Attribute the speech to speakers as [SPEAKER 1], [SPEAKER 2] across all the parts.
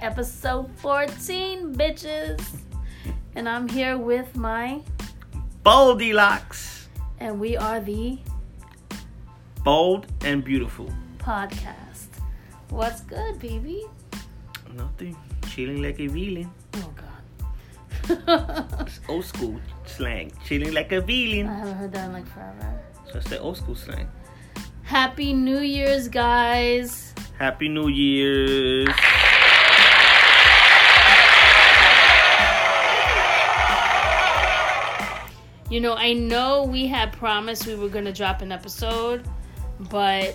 [SPEAKER 1] episode 14, bitches. And I'm here with my,
[SPEAKER 2] Baldy locks.
[SPEAKER 1] and we are the
[SPEAKER 2] Bold and beautiful.
[SPEAKER 1] podcast. What's good, baby?
[SPEAKER 2] Nothing. Chilling like a villain.
[SPEAKER 1] Oh, God.
[SPEAKER 2] It's old school slang. Chilling like a villain.
[SPEAKER 1] I haven't heard that in like forever.
[SPEAKER 2] That's the old school slang.
[SPEAKER 1] Happy New Year's, guys.
[SPEAKER 2] Happy New Year's.
[SPEAKER 1] You know, I know we had promised we were going to drop an episode, but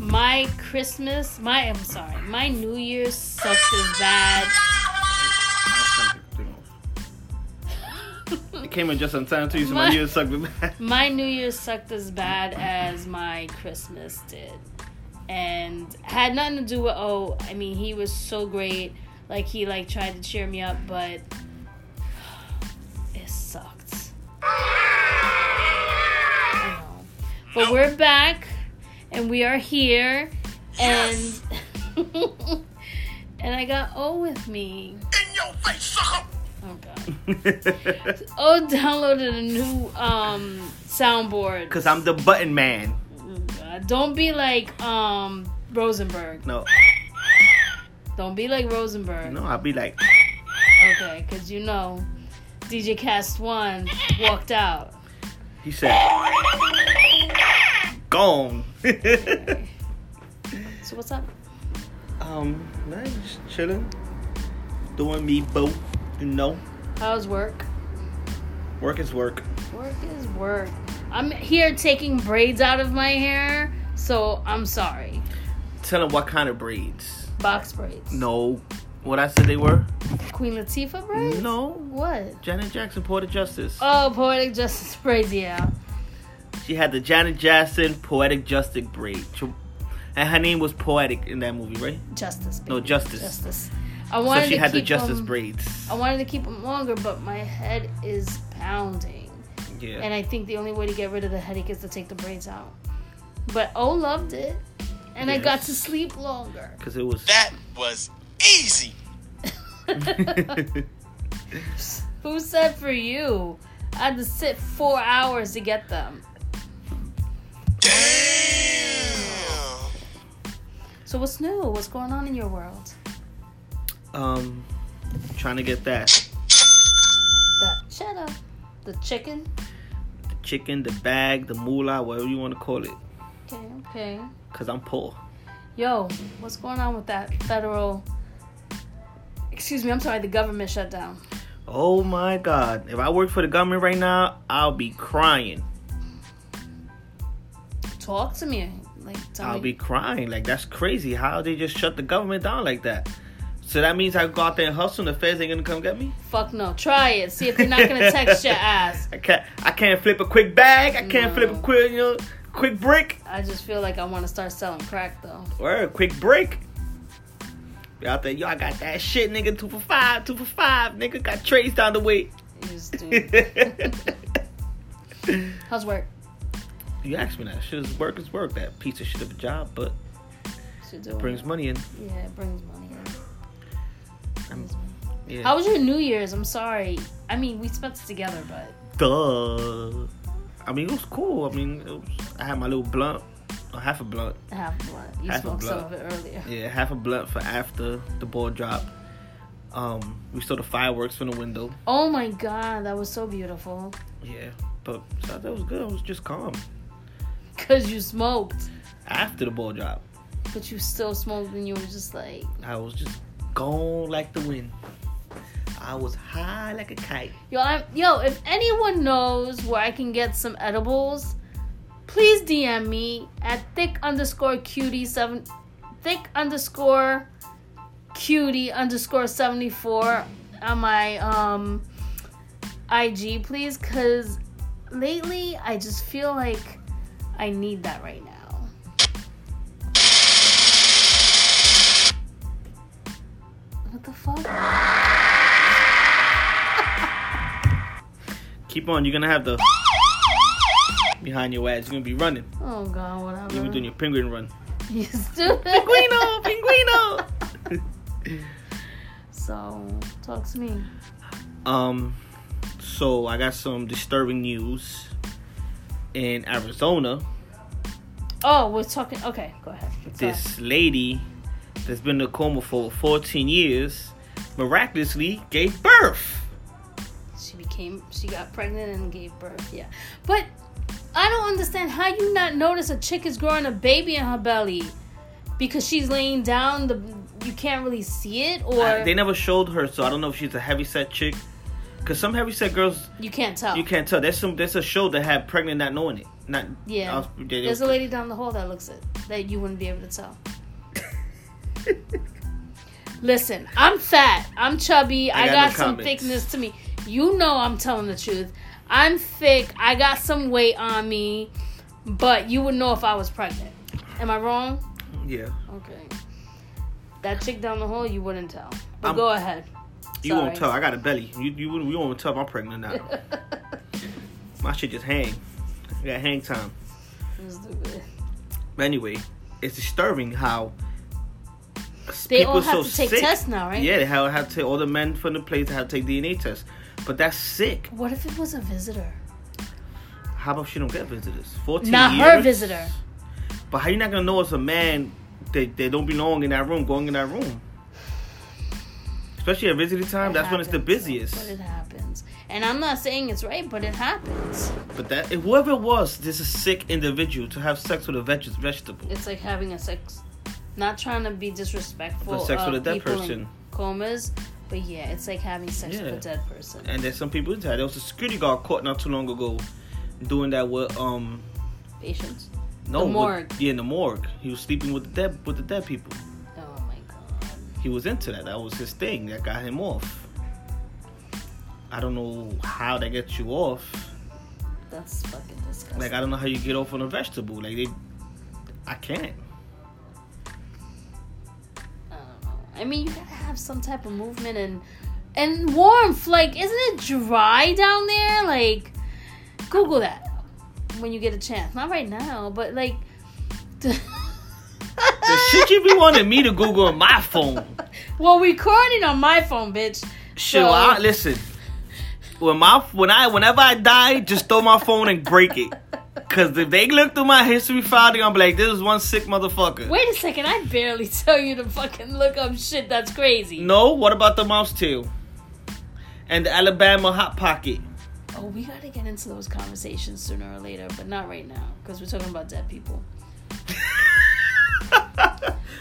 [SPEAKER 1] my Christmas, my, I'm sorry, my New Year's sucked as bad.
[SPEAKER 2] It came in just on time too, so my
[SPEAKER 1] My-
[SPEAKER 2] year sucked back.
[SPEAKER 1] My New Year sucked as bad as my Christmas did. And had nothing to do with oh, I mean he was so great. Like he like tried to cheer me up, but it sucked. I know. But we're back and we are here and and I got O with me.
[SPEAKER 3] in your face, sucker!
[SPEAKER 1] Oh god. O Oh, downloaded a new um soundboard.
[SPEAKER 2] Cause I'm the button man.
[SPEAKER 1] Uh, don't be like um Rosenberg.
[SPEAKER 2] No,
[SPEAKER 1] Don't be like Rosenberg.
[SPEAKER 2] no, I'll be like,
[SPEAKER 1] Okay, because you know DJ Cast One walked out.
[SPEAKER 2] he said, gone.
[SPEAKER 1] So what's up?
[SPEAKER 2] um, nah, just chilling, doing me both, you know.
[SPEAKER 1] How's work?
[SPEAKER 2] Work is work.
[SPEAKER 1] Work is work. I'm here taking braids out of my hair, so I'm sorry.
[SPEAKER 2] Tell them what kind of braids.
[SPEAKER 1] Box braids.
[SPEAKER 2] No. What I said they were?
[SPEAKER 1] Queen Latifah braids.
[SPEAKER 2] No.
[SPEAKER 1] What?
[SPEAKER 2] Janet Jackson, Poetic Justice.
[SPEAKER 1] Oh, poetic justice braids. Yeah.
[SPEAKER 2] She had the Janet Jackson Poetic Justice braid. She- And her name was Poetic in that movie, right?
[SPEAKER 1] Justice.
[SPEAKER 2] No,
[SPEAKER 1] baby.
[SPEAKER 2] justice.
[SPEAKER 1] Justice. I
[SPEAKER 2] So
[SPEAKER 1] wanted
[SPEAKER 2] she
[SPEAKER 1] to
[SPEAKER 2] had the
[SPEAKER 1] keep
[SPEAKER 2] Justice
[SPEAKER 1] them-
[SPEAKER 2] braids.
[SPEAKER 1] I wanted to keep them longer, but my head is pounding. And
[SPEAKER 2] Yeah.
[SPEAKER 1] I think the only way to get rid of the headache is to take the braids out. But O loved it. And I got
[SPEAKER 2] Yes.
[SPEAKER 1] to sleep longer.
[SPEAKER 2] Because it was.
[SPEAKER 3] That was easy!
[SPEAKER 1] Who said for you? I had to sit four hours to get them.
[SPEAKER 3] Damn!
[SPEAKER 1] So what's new? What's going on in your world?
[SPEAKER 2] um, trying to get that.
[SPEAKER 1] The cheddar, the chicken.
[SPEAKER 2] The chicken, the bag, the moolah, whatever you want to call it.
[SPEAKER 1] Okay, okay.
[SPEAKER 2] Because I'm poor.
[SPEAKER 1] Yo, what's going on with that federal? Excuse me, I'm sorry. The government shutdown.
[SPEAKER 2] Oh my God. If I work for the government right now, I'll be crying.
[SPEAKER 1] Talk to me. Like, tell
[SPEAKER 2] I'll
[SPEAKER 1] me.
[SPEAKER 2] be crying. Like that's crazy. How they just shut the government down like that? So that means I go out there and hustle, and the feds ain't gonna come get me.
[SPEAKER 1] Fuck no. Try it. See if they're not gonna text your ass.
[SPEAKER 2] I can't. I can't flip a quick bag. I
[SPEAKER 1] No.
[SPEAKER 2] can't flip a quick, you know, quick brick
[SPEAKER 1] I just feel like I want to start selling crack though.
[SPEAKER 2] or a quick break. Be out there, yo, I got that shit, nigga. Two for five, two for five, nigga. Got trades down the way.
[SPEAKER 1] You just do.
[SPEAKER 2] you
[SPEAKER 1] How's work?
[SPEAKER 2] asked me that. Shit is work is work. That piece of shit of a job, but
[SPEAKER 1] Should do it.
[SPEAKER 2] brings money in.
[SPEAKER 1] Yeah, it brings money. in. Brings money.
[SPEAKER 2] Yeah.
[SPEAKER 1] How was your New Year's? I'm sorry. I mean, we spent it together, but
[SPEAKER 2] Duh. I mean, it was cool. I mean, it was, I had my little blunt, or half a blunt.
[SPEAKER 1] half a blunt. You
[SPEAKER 2] Half a
[SPEAKER 1] smoked some of
[SPEAKER 2] blunt.
[SPEAKER 1] it earlier.
[SPEAKER 2] Yeah, half a blunt for after the ball drop. Um, we saw the fireworks from the window.
[SPEAKER 1] Oh my god, that was so beautiful.
[SPEAKER 2] Yeah, but so that was good. I was just calm
[SPEAKER 1] Cause you smoked,
[SPEAKER 2] after the ball drop.
[SPEAKER 1] but you still smoked, and you were just like,
[SPEAKER 2] I was just gone like the wind. I was high like a kite.
[SPEAKER 1] yo, I'm, yo. If anyone knows where I can get some edibles, please DM me at thick underscore cutie seven, thick underscore cutie underscore 74 on my um IG, please, because lately I just feel like I need that right now. What the fuck?
[SPEAKER 2] Keep on. You're gonna have the behind your ass. You're gonna be running.
[SPEAKER 1] Oh god,
[SPEAKER 2] You're gonna be
[SPEAKER 1] whatever.
[SPEAKER 2] doing your penguin run.
[SPEAKER 1] You stupid.
[SPEAKER 2] Pinguino, pinguino.
[SPEAKER 1] So talk to me.
[SPEAKER 2] Um, so I got some disturbing news in Arizona.
[SPEAKER 1] Oh, we're talking. Okay, go ahead. Sorry.
[SPEAKER 2] This lady that's been in a coma for 14 years miraculously gave birth.
[SPEAKER 1] she became she got pregnant and gave birth yeah but i don't understand how you not notice a chick is growing a baby in her belly because she's laying down the you can't really see it or
[SPEAKER 2] I- Ah, they never showed her, so I don't know if she's a heavy set chick. Cause some heavy set girls
[SPEAKER 1] you can't tell
[SPEAKER 2] you can't tell. There's some there's a show that had pregnant not knowing it. Not
[SPEAKER 1] yeah
[SPEAKER 2] I was- they- they-
[SPEAKER 1] there's a lady down the hall that looks it that you wouldn't be able to tell listen i'm fat i'm chubby i,
[SPEAKER 2] I got
[SPEAKER 1] got,
[SPEAKER 2] no
[SPEAKER 1] some
[SPEAKER 2] comments.
[SPEAKER 1] thickness to me you know i'm telling the truth i'm thick i got some weight on me but you would know if i was pregnant am i wrong
[SPEAKER 2] yeah.
[SPEAKER 1] Okay. That chick down the hall, you wouldn't tell. But
[SPEAKER 2] I'm-
[SPEAKER 1] go ahead.
[SPEAKER 2] You
[SPEAKER 1] Sorry.
[SPEAKER 2] won't tell. I got a belly. You you wouldn't you won't tell if I'm pregnant or not. My shit just hang. I got hang time.
[SPEAKER 1] Stupid.
[SPEAKER 2] But anyway, it's disturbing how
[SPEAKER 1] They
[SPEAKER 2] people
[SPEAKER 1] all have
[SPEAKER 2] so
[SPEAKER 1] to take
[SPEAKER 2] sick.
[SPEAKER 1] tests now, right?
[SPEAKER 2] Yeah, they have, have to take all the men from the place have to take DNA tests. But that's sick.
[SPEAKER 1] What if it was a visitor?
[SPEAKER 2] How about she don't get visitors? Fourteen.
[SPEAKER 1] Not
[SPEAKER 2] years?
[SPEAKER 1] her visitor.
[SPEAKER 2] But how you not gonna know it's a man that they don't belong in that room, going in that room? Especially at visiting time,
[SPEAKER 1] It
[SPEAKER 2] that's when it's the
[SPEAKER 1] happens,
[SPEAKER 2] busiest.
[SPEAKER 1] But it happens. And I'm not saying it's right, but it happens.
[SPEAKER 2] But that if whoever it was, this is sick individual to have sex with a veg- vegetable.
[SPEAKER 1] It's like having a sex. Not trying to be disrespectful.
[SPEAKER 2] But sex
[SPEAKER 1] of
[SPEAKER 2] with a dead
[SPEAKER 1] people in
[SPEAKER 2] person.
[SPEAKER 1] Comas, but yeah, it's like having sex with
[SPEAKER 2] Yeah.
[SPEAKER 1] a dead person.
[SPEAKER 2] And there's some people that there was a security guard caught not too long ago doing that with um
[SPEAKER 1] Patients.
[SPEAKER 2] no
[SPEAKER 1] The
[SPEAKER 2] with-
[SPEAKER 1] morgue.
[SPEAKER 2] yeah in the morgue. He was sleeping with the dead with the dead people.
[SPEAKER 1] Oh my god.
[SPEAKER 2] He was into that. That was his thing that got him off. I don't know how that gets you off.
[SPEAKER 1] That's fucking disgusting.
[SPEAKER 2] Like I don't know how you get off on a vegetable. Like they, I can't.
[SPEAKER 1] I don't know. I mean, you gotta have some type of movement and and warmth. Like, isn't it dry down there? Like, Google that when you get a chance. Not right now, but like.
[SPEAKER 2] The shit you be wanting me to Google on my phone.
[SPEAKER 1] well, recording on my phone, bitch.
[SPEAKER 2] Shit, well, I, listen. When my when I whenever I die, just throw my phone and break it. Cause if they look through my history file, they're gonna be like, "This is one sick motherfucker."
[SPEAKER 1] Wait a second, I barely tell you to fucking look up shit that's crazy.
[SPEAKER 2] No, what about the mouse tail? And the Alabama hot pocket.
[SPEAKER 1] Oh, we gotta get into those conversations sooner or later, but not right now, because we're talking about dead people.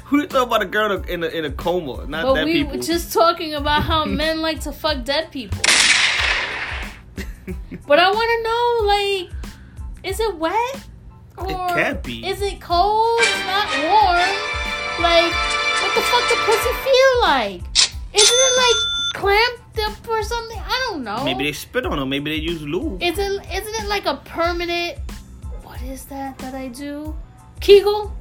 [SPEAKER 2] Who you talking about a girl in a in a coma? Not
[SPEAKER 1] But
[SPEAKER 2] that
[SPEAKER 1] we
[SPEAKER 2] people.
[SPEAKER 1] were just talking about how men like to fuck dead people. But I want to know, like, is it wet? Or
[SPEAKER 2] can't be.
[SPEAKER 1] Is it cold? It's not warm. Like, what the fuck does pussy feel like? Isn't it like clamped up or something? I don't know.
[SPEAKER 2] maybe they spit on them. Maybe they use lube.
[SPEAKER 1] Is it? Isn't it like a permanent? What is that that I do? Kegel.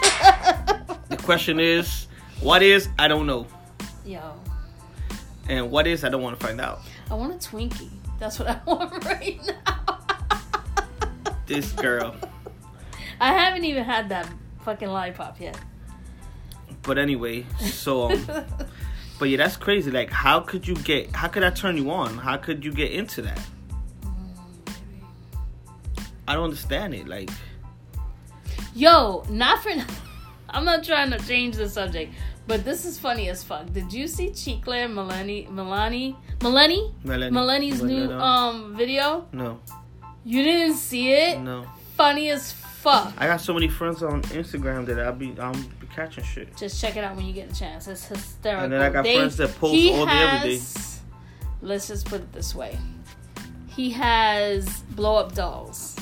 [SPEAKER 2] the question is, what is? I don't know.
[SPEAKER 1] Yo,
[SPEAKER 2] And what is? I don't want to find out.
[SPEAKER 1] I want a Twinkie. That's what I want right now.
[SPEAKER 2] This girl.
[SPEAKER 1] I haven't even had that fucking lollipop yet.
[SPEAKER 2] But anyway, so um, but yeah, that's crazy. Like, how could you get? How could that turn you on? How could you get into that? I don't understand it. Like,
[SPEAKER 1] Yo, not for. I'm not trying to change the subject, but this is funny as fuck. Did you see Chicla and Melanie, Melanie, Melanie,
[SPEAKER 2] Melanie.
[SPEAKER 1] Melanie's new
[SPEAKER 2] Melanie.
[SPEAKER 1] um video?
[SPEAKER 2] no,
[SPEAKER 1] You didn't see it?
[SPEAKER 2] no.
[SPEAKER 1] Funny as fuck.
[SPEAKER 2] I got so many friends on Instagram that I'll be I'll be catching shit.
[SPEAKER 1] Just check it out when you get a chance. It's hysterical.
[SPEAKER 2] And then I got friends that post
[SPEAKER 1] he
[SPEAKER 2] all day, every day.
[SPEAKER 1] has- Let's just put it this way. He has blow up dolls.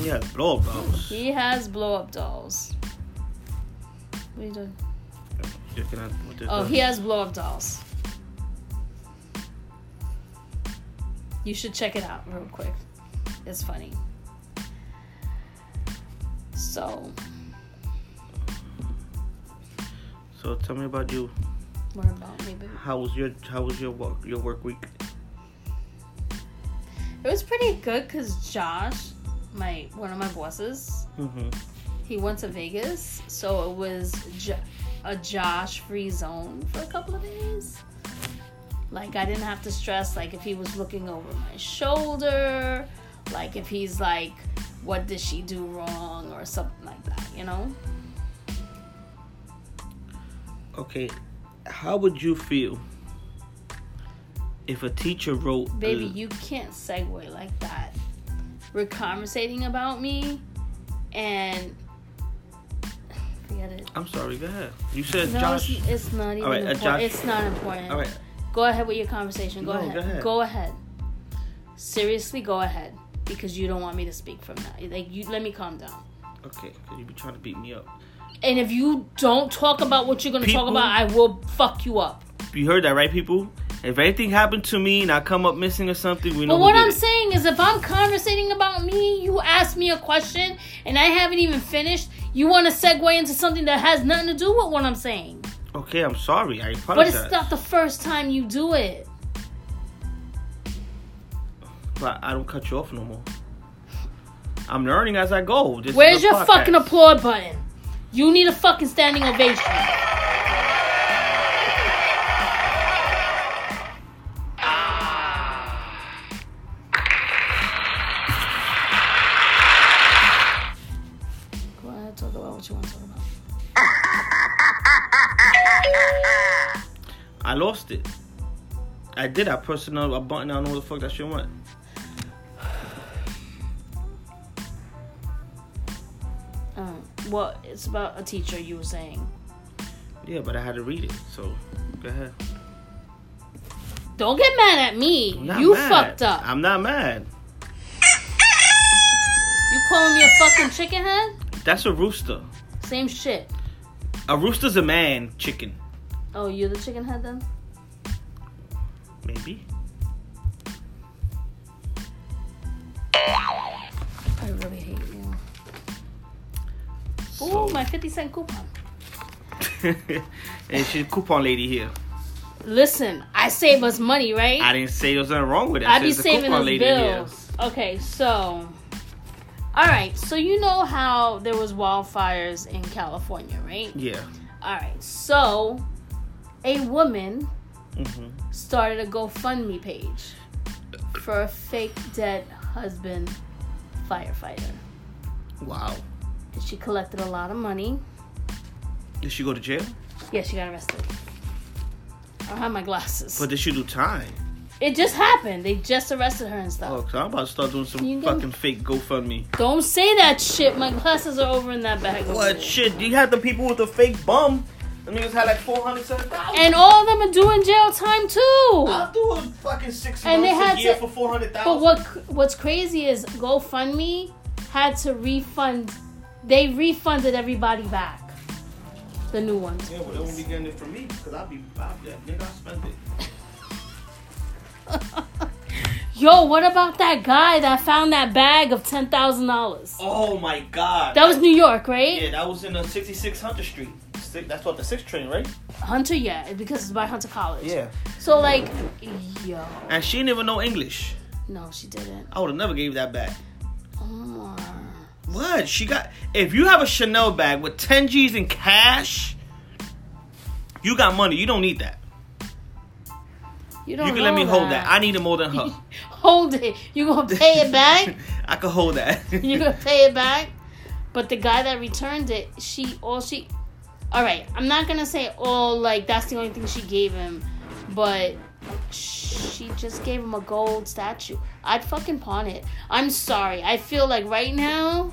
[SPEAKER 2] Yeah, blow up dolls.
[SPEAKER 1] He has blow up dolls. What are you doing?
[SPEAKER 2] Looking at what this
[SPEAKER 1] Oh,
[SPEAKER 2] does.
[SPEAKER 1] he has blow up dolls. You should check it out real quick. It's funny. So,
[SPEAKER 2] So tell me about you.
[SPEAKER 1] what about me? babe?
[SPEAKER 2] How was your How was your work your work week?
[SPEAKER 1] It was pretty good because Josh, my one of my bosses,
[SPEAKER 2] Mm-hmm.
[SPEAKER 1] he went to Vegas, so it was jo- a Josh free zone for a couple of days. Like I didn't have to stress like if he was looking over my shoulder, like if he's like, what did she do wrong or something like that, you know?
[SPEAKER 2] Okay, how would you feel if a teacher wrote?
[SPEAKER 1] Baby,
[SPEAKER 2] the-
[SPEAKER 1] you can't segue like that. We're conversating about me and forget it.
[SPEAKER 2] I'm sorry. Go ahead. You said
[SPEAKER 1] No,
[SPEAKER 2] Uh, Josh.
[SPEAKER 1] it's, it's not even
[SPEAKER 2] All right, uh,
[SPEAKER 1] important.
[SPEAKER 2] Josh-
[SPEAKER 1] It's not important.
[SPEAKER 2] All right.
[SPEAKER 1] Go ahead with your conversation. Go,
[SPEAKER 2] No,
[SPEAKER 1] ahead.
[SPEAKER 2] go ahead.
[SPEAKER 1] Go ahead. Seriously, go ahead because you don't want me to speak from now. Like you, let me calm down.
[SPEAKER 2] Okay, because you be trying to beat me up.
[SPEAKER 1] And if you don't talk about what you're gonna
[SPEAKER 2] People-
[SPEAKER 1] talk about, I will fuck you up.
[SPEAKER 2] You heard that right, people? If anything happened to me and I come up missing or something, we know.
[SPEAKER 1] But
[SPEAKER 2] who
[SPEAKER 1] what
[SPEAKER 2] did
[SPEAKER 1] I'm
[SPEAKER 2] it.
[SPEAKER 1] saying is, if I'm conversating about me, you ask me a question and I haven't even finished. You want to segue into something that has nothing to do with what I'm saying.
[SPEAKER 2] Okay, I'm sorry. I
[SPEAKER 1] But
[SPEAKER 2] apologize.
[SPEAKER 1] it's not the first time you do it.
[SPEAKER 2] But I don't cut you off no more. I'm learning as I go. This is
[SPEAKER 1] Where's
[SPEAKER 2] a
[SPEAKER 1] your
[SPEAKER 2] podcast.
[SPEAKER 1] fucking applaud button? You need a fucking standing ovation. Go ahead, talk about what you want to talk about.
[SPEAKER 2] I lost it. I did. I pressed another a button. I don't know what the fuck that shit went.
[SPEAKER 1] Um, well, it's about a teacher you were saying.
[SPEAKER 2] Yeah, but I had to read it. So go ahead.
[SPEAKER 1] Don't get mad at me.
[SPEAKER 2] I'm not
[SPEAKER 1] You
[SPEAKER 2] mad.
[SPEAKER 1] fucked up.
[SPEAKER 2] I'm not mad.
[SPEAKER 1] You calling me a fucking chicken head?
[SPEAKER 2] That's a rooster.
[SPEAKER 1] Same shit.
[SPEAKER 2] A rooster's a man chicken.
[SPEAKER 1] Oh, you're the chicken head then?
[SPEAKER 2] Maybe.
[SPEAKER 1] I really hate you.
[SPEAKER 2] So-
[SPEAKER 1] Ooh, Oh my 50 cent coupon.
[SPEAKER 2] and she's a coupon lady here.
[SPEAKER 1] Listen, I save us money, right?
[SPEAKER 2] I didn't say there was nothing wrong with that.
[SPEAKER 1] I
[SPEAKER 2] She's
[SPEAKER 1] be
[SPEAKER 2] a
[SPEAKER 1] saving
[SPEAKER 2] coupon
[SPEAKER 1] us bills. Okay, so. Alright, so you know how there was wildfires in California, right?
[SPEAKER 2] Here. Yeah.
[SPEAKER 1] Alright, so a woman
[SPEAKER 2] hmm
[SPEAKER 1] started a GoFundMe page for a fake dead husband firefighter.
[SPEAKER 2] Wow.
[SPEAKER 1] And she collected a lot of money.
[SPEAKER 2] Did she go to jail?
[SPEAKER 1] Yeah, she got arrested. I don't have my glasses.
[SPEAKER 2] But did she do time?
[SPEAKER 1] it just happened. They just arrested her and stuff.
[SPEAKER 2] Oh, i I'm about to start doing some
[SPEAKER 1] You can-
[SPEAKER 2] fucking fake GoFundMe.
[SPEAKER 1] Don't say that shit. My glasses are over in that bag. over
[SPEAKER 2] What
[SPEAKER 1] there.
[SPEAKER 2] shit? You had the people with the fake bum. The niggas had like 400,000.
[SPEAKER 1] And all of them are doing jail time too.
[SPEAKER 2] I'll do a fucking six
[SPEAKER 1] And
[SPEAKER 2] months
[SPEAKER 1] they had
[SPEAKER 2] a year
[SPEAKER 1] to-
[SPEAKER 2] for 400,000.
[SPEAKER 1] But what what's crazy is GoFundMe had to refund. They refunded everybody back. The new ones.
[SPEAKER 2] Yeah, well, they won't be getting it from me because I'll be, I'll be that nigga, I spent it.
[SPEAKER 1] Yo, what about that guy that found that bag of ten thousand dollars?
[SPEAKER 2] Oh my god.
[SPEAKER 1] That was New York, right?
[SPEAKER 2] Yeah, that was in the 66 Hunter Street. Six- That's what the 6th train, right?
[SPEAKER 1] Hunter, yeah, because it's by Hunter College. So like, yo,
[SPEAKER 2] And she didn't even know English.
[SPEAKER 1] no, she didn't.
[SPEAKER 2] I would have never gave that back.
[SPEAKER 1] Omar.
[SPEAKER 2] What? She got. If you have a Chanel bag with 10 G's in cash, you got money. You don't need that.
[SPEAKER 1] You
[SPEAKER 2] You
[SPEAKER 1] don't.
[SPEAKER 2] can
[SPEAKER 1] know
[SPEAKER 2] let me hold that. I need it more than her.
[SPEAKER 1] hold it. You gonna pay it back?
[SPEAKER 2] I could hold that.
[SPEAKER 1] you gonna pay it back? But the guy that returned it, she all she, all right. I'm not gonna say all like that's the only thing she gave him, but she just gave him a gold statue. I'd fucking pawn it. I'm sorry. I feel like right now,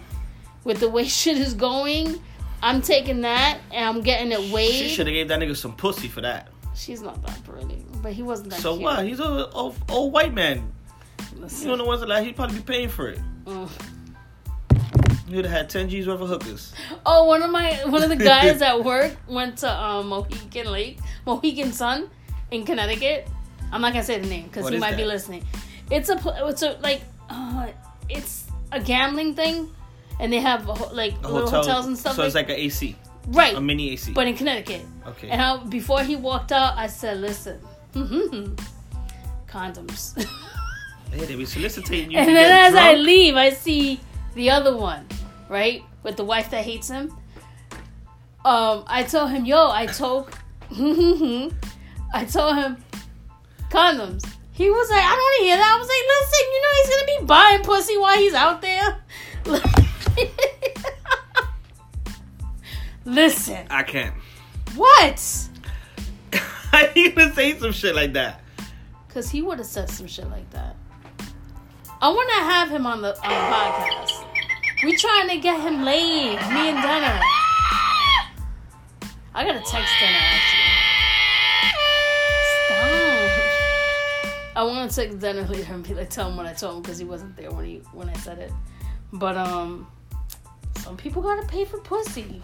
[SPEAKER 1] with the way shit is going, I'm taking that and I'm getting it
[SPEAKER 2] she
[SPEAKER 1] weighed.
[SPEAKER 2] should have gave that nigga some pussy for that.
[SPEAKER 1] She's not that pretty, but he wasn't that
[SPEAKER 2] so
[SPEAKER 1] cute.
[SPEAKER 2] what? He's a old, old white man. You
[SPEAKER 1] Listen.
[SPEAKER 2] don't know what's like. He'd probably be paying for it.
[SPEAKER 1] Mm.
[SPEAKER 2] You'd have had 10 G's worth of hookers.
[SPEAKER 1] Oh, one of my one of the guys at work went to um, Mohegan Lake, Mohegan Sun, in Connecticut. I'm not gonna say the name because
[SPEAKER 2] What
[SPEAKER 1] he
[SPEAKER 2] is
[SPEAKER 1] might be
[SPEAKER 2] that?
[SPEAKER 1] listening. It's a pl- it's a like uh, it's a gambling thing, and they have a ho- like
[SPEAKER 2] A
[SPEAKER 1] little
[SPEAKER 2] hotel.
[SPEAKER 1] hotels and stuff.
[SPEAKER 2] So it's
[SPEAKER 1] like,
[SPEAKER 2] like an AC,
[SPEAKER 1] right,
[SPEAKER 2] a mini AC.
[SPEAKER 1] but in Connecticut.
[SPEAKER 2] okay.
[SPEAKER 1] And I, before he walked out, I said, "Listen, condoms."
[SPEAKER 2] Yeah, they be soliciting you.
[SPEAKER 1] and
[SPEAKER 2] to
[SPEAKER 1] then
[SPEAKER 2] get
[SPEAKER 1] as I
[SPEAKER 2] drunk.
[SPEAKER 1] leave, I see the other one, right? with the wife that hates him. Um, I told him, yo, I told, I told him, condoms. He was like, I don't want to hear that. I was like, listen, you know he's gonna be buying pussy while he's out there. listen,
[SPEAKER 2] I can't.
[SPEAKER 1] what?
[SPEAKER 2] I even say some shit like that.
[SPEAKER 1] Cause he would have said some shit like that. I want to have him on the on the podcast. We trying to get him laid, me and Donna. I gotta text Donna actually. Stop. I want to text Donna later and be like, tell him what I told him because he wasn't there when he when I said it. But um, some people gotta pay for pussy.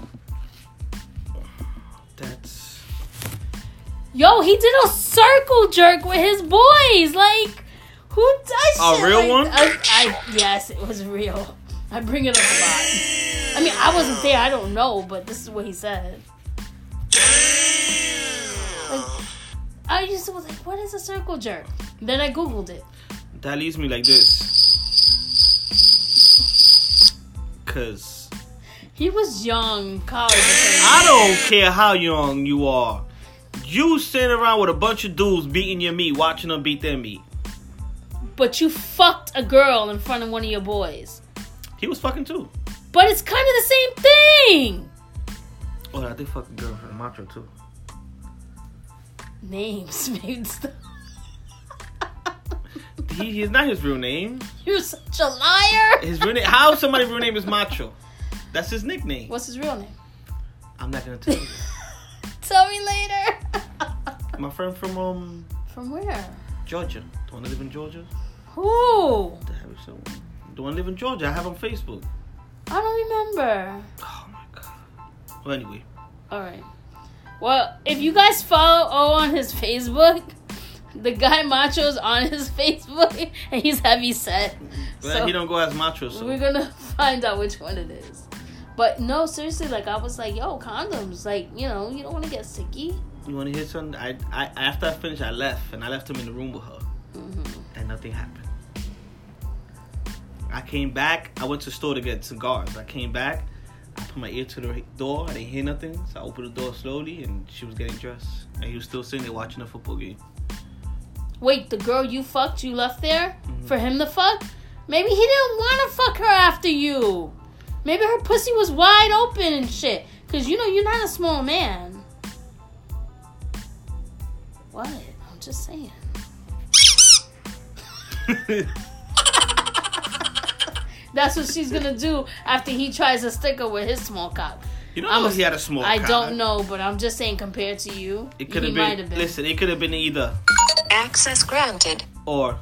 [SPEAKER 2] That's
[SPEAKER 1] Yo, he did a circle jerk with his boys. Like, who does
[SPEAKER 2] A
[SPEAKER 1] shit
[SPEAKER 2] real
[SPEAKER 1] like
[SPEAKER 2] one?
[SPEAKER 1] that? I, I- yes, it was real. I bring it up a lot. I mean, I wasn't there. I don't know, but this is what he said. I just was like, what is a circle jerk? Then I googled it.
[SPEAKER 2] that leaves me like this. Cause
[SPEAKER 1] He was young, college. or something.
[SPEAKER 2] I don't care how young you are. You sitting around with a bunch of dudes beating your meat, watching them beat their meat.
[SPEAKER 1] But you fucked a girl in front of one of your boys.
[SPEAKER 2] He was fucking too.
[SPEAKER 1] But it's kind of the same thing.
[SPEAKER 2] Oh, I did fuck a girl from Macho too.
[SPEAKER 1] Names, dude.
[SPEAKER 2] He, he's not his real name.
[SPEAKER 1] You're such a liar.
[SPEAKER 2] His real name. How somebody's real name is Macho? That's his nickname.
[SPEAKER 1] What's his real name?
[SPEAKER 2] I'm not gonna tell you.
[SPEAKER 1] Tell me later.
[SPEAKER 2] My friend from um
[SPEAKER 1] From where?
[SPEAKER 2] Georgia. The one that live in Georgia.
[SPEAKER 1] Who?
[SPEAKER 2] The hell is that one? The one live in Georgia. I have on Facebook.
[SPEAKER 1] I don't remember.
[SPEAKER 2] Oh my god. Well, anyway,
[SPEAKER 1] All right. Well, if you guys follow O on his Facebook, the guy Macho's on his Facebook, and he's heavy set.
[SPEAKER 2] well,
[SPEAKER 1] So
[SPEAKER 2] he don't go as Macho. So
[SPEAKER 1] we're gonna find out which one it is. But no, seriously, like I was like, yo, condoms, like you know, you don't want to get sicky.
[SPEAKER 2] you want to hear something? I, I after I finished, I left and I left him in the room with her,
[SPEAKER 1] Mm-hmm.
[SPEAKER 2] and nothing happened. I came back. I went to the store to get cigars. I came back. I put my ear to the door. I didn't hear nothing, so I opened the door slowly, and she was getting dressed, and he was still sitting there watching a football game.
[SPEAKER 1] Wait, the girl you fucked, you left there
[SPEAKER 2] Mhm.
[SPEAKER 1] for him to fuck? Maybe he didn't want to fuck her after you. Maybe her pussy was wide open and shit. Cause you know you're not a small man. What? I'm just saying. That's what she's gonna do after he tries a sticker with his small cock.
[SPEAKER 2] you
[SPEAKER 1] I'm
[SPEAKER 2] know,
[SPEAKER 1] a-
[SPEAKER 2] he had a small.
[SPEAKER 1] I
[SPEAKER 2] cock.
[SPEAKER 1] don't know, but I'm just saying compared to you,
[SPEAKER 2] It could
[SPEAKER 1] he
[SPEAKER 2] have
[SPEAKER 1] might
[SPEAKER 2] been, Listen, it could have been either
[SPEAKER 4] Access granted.
[SPEAKER 2] or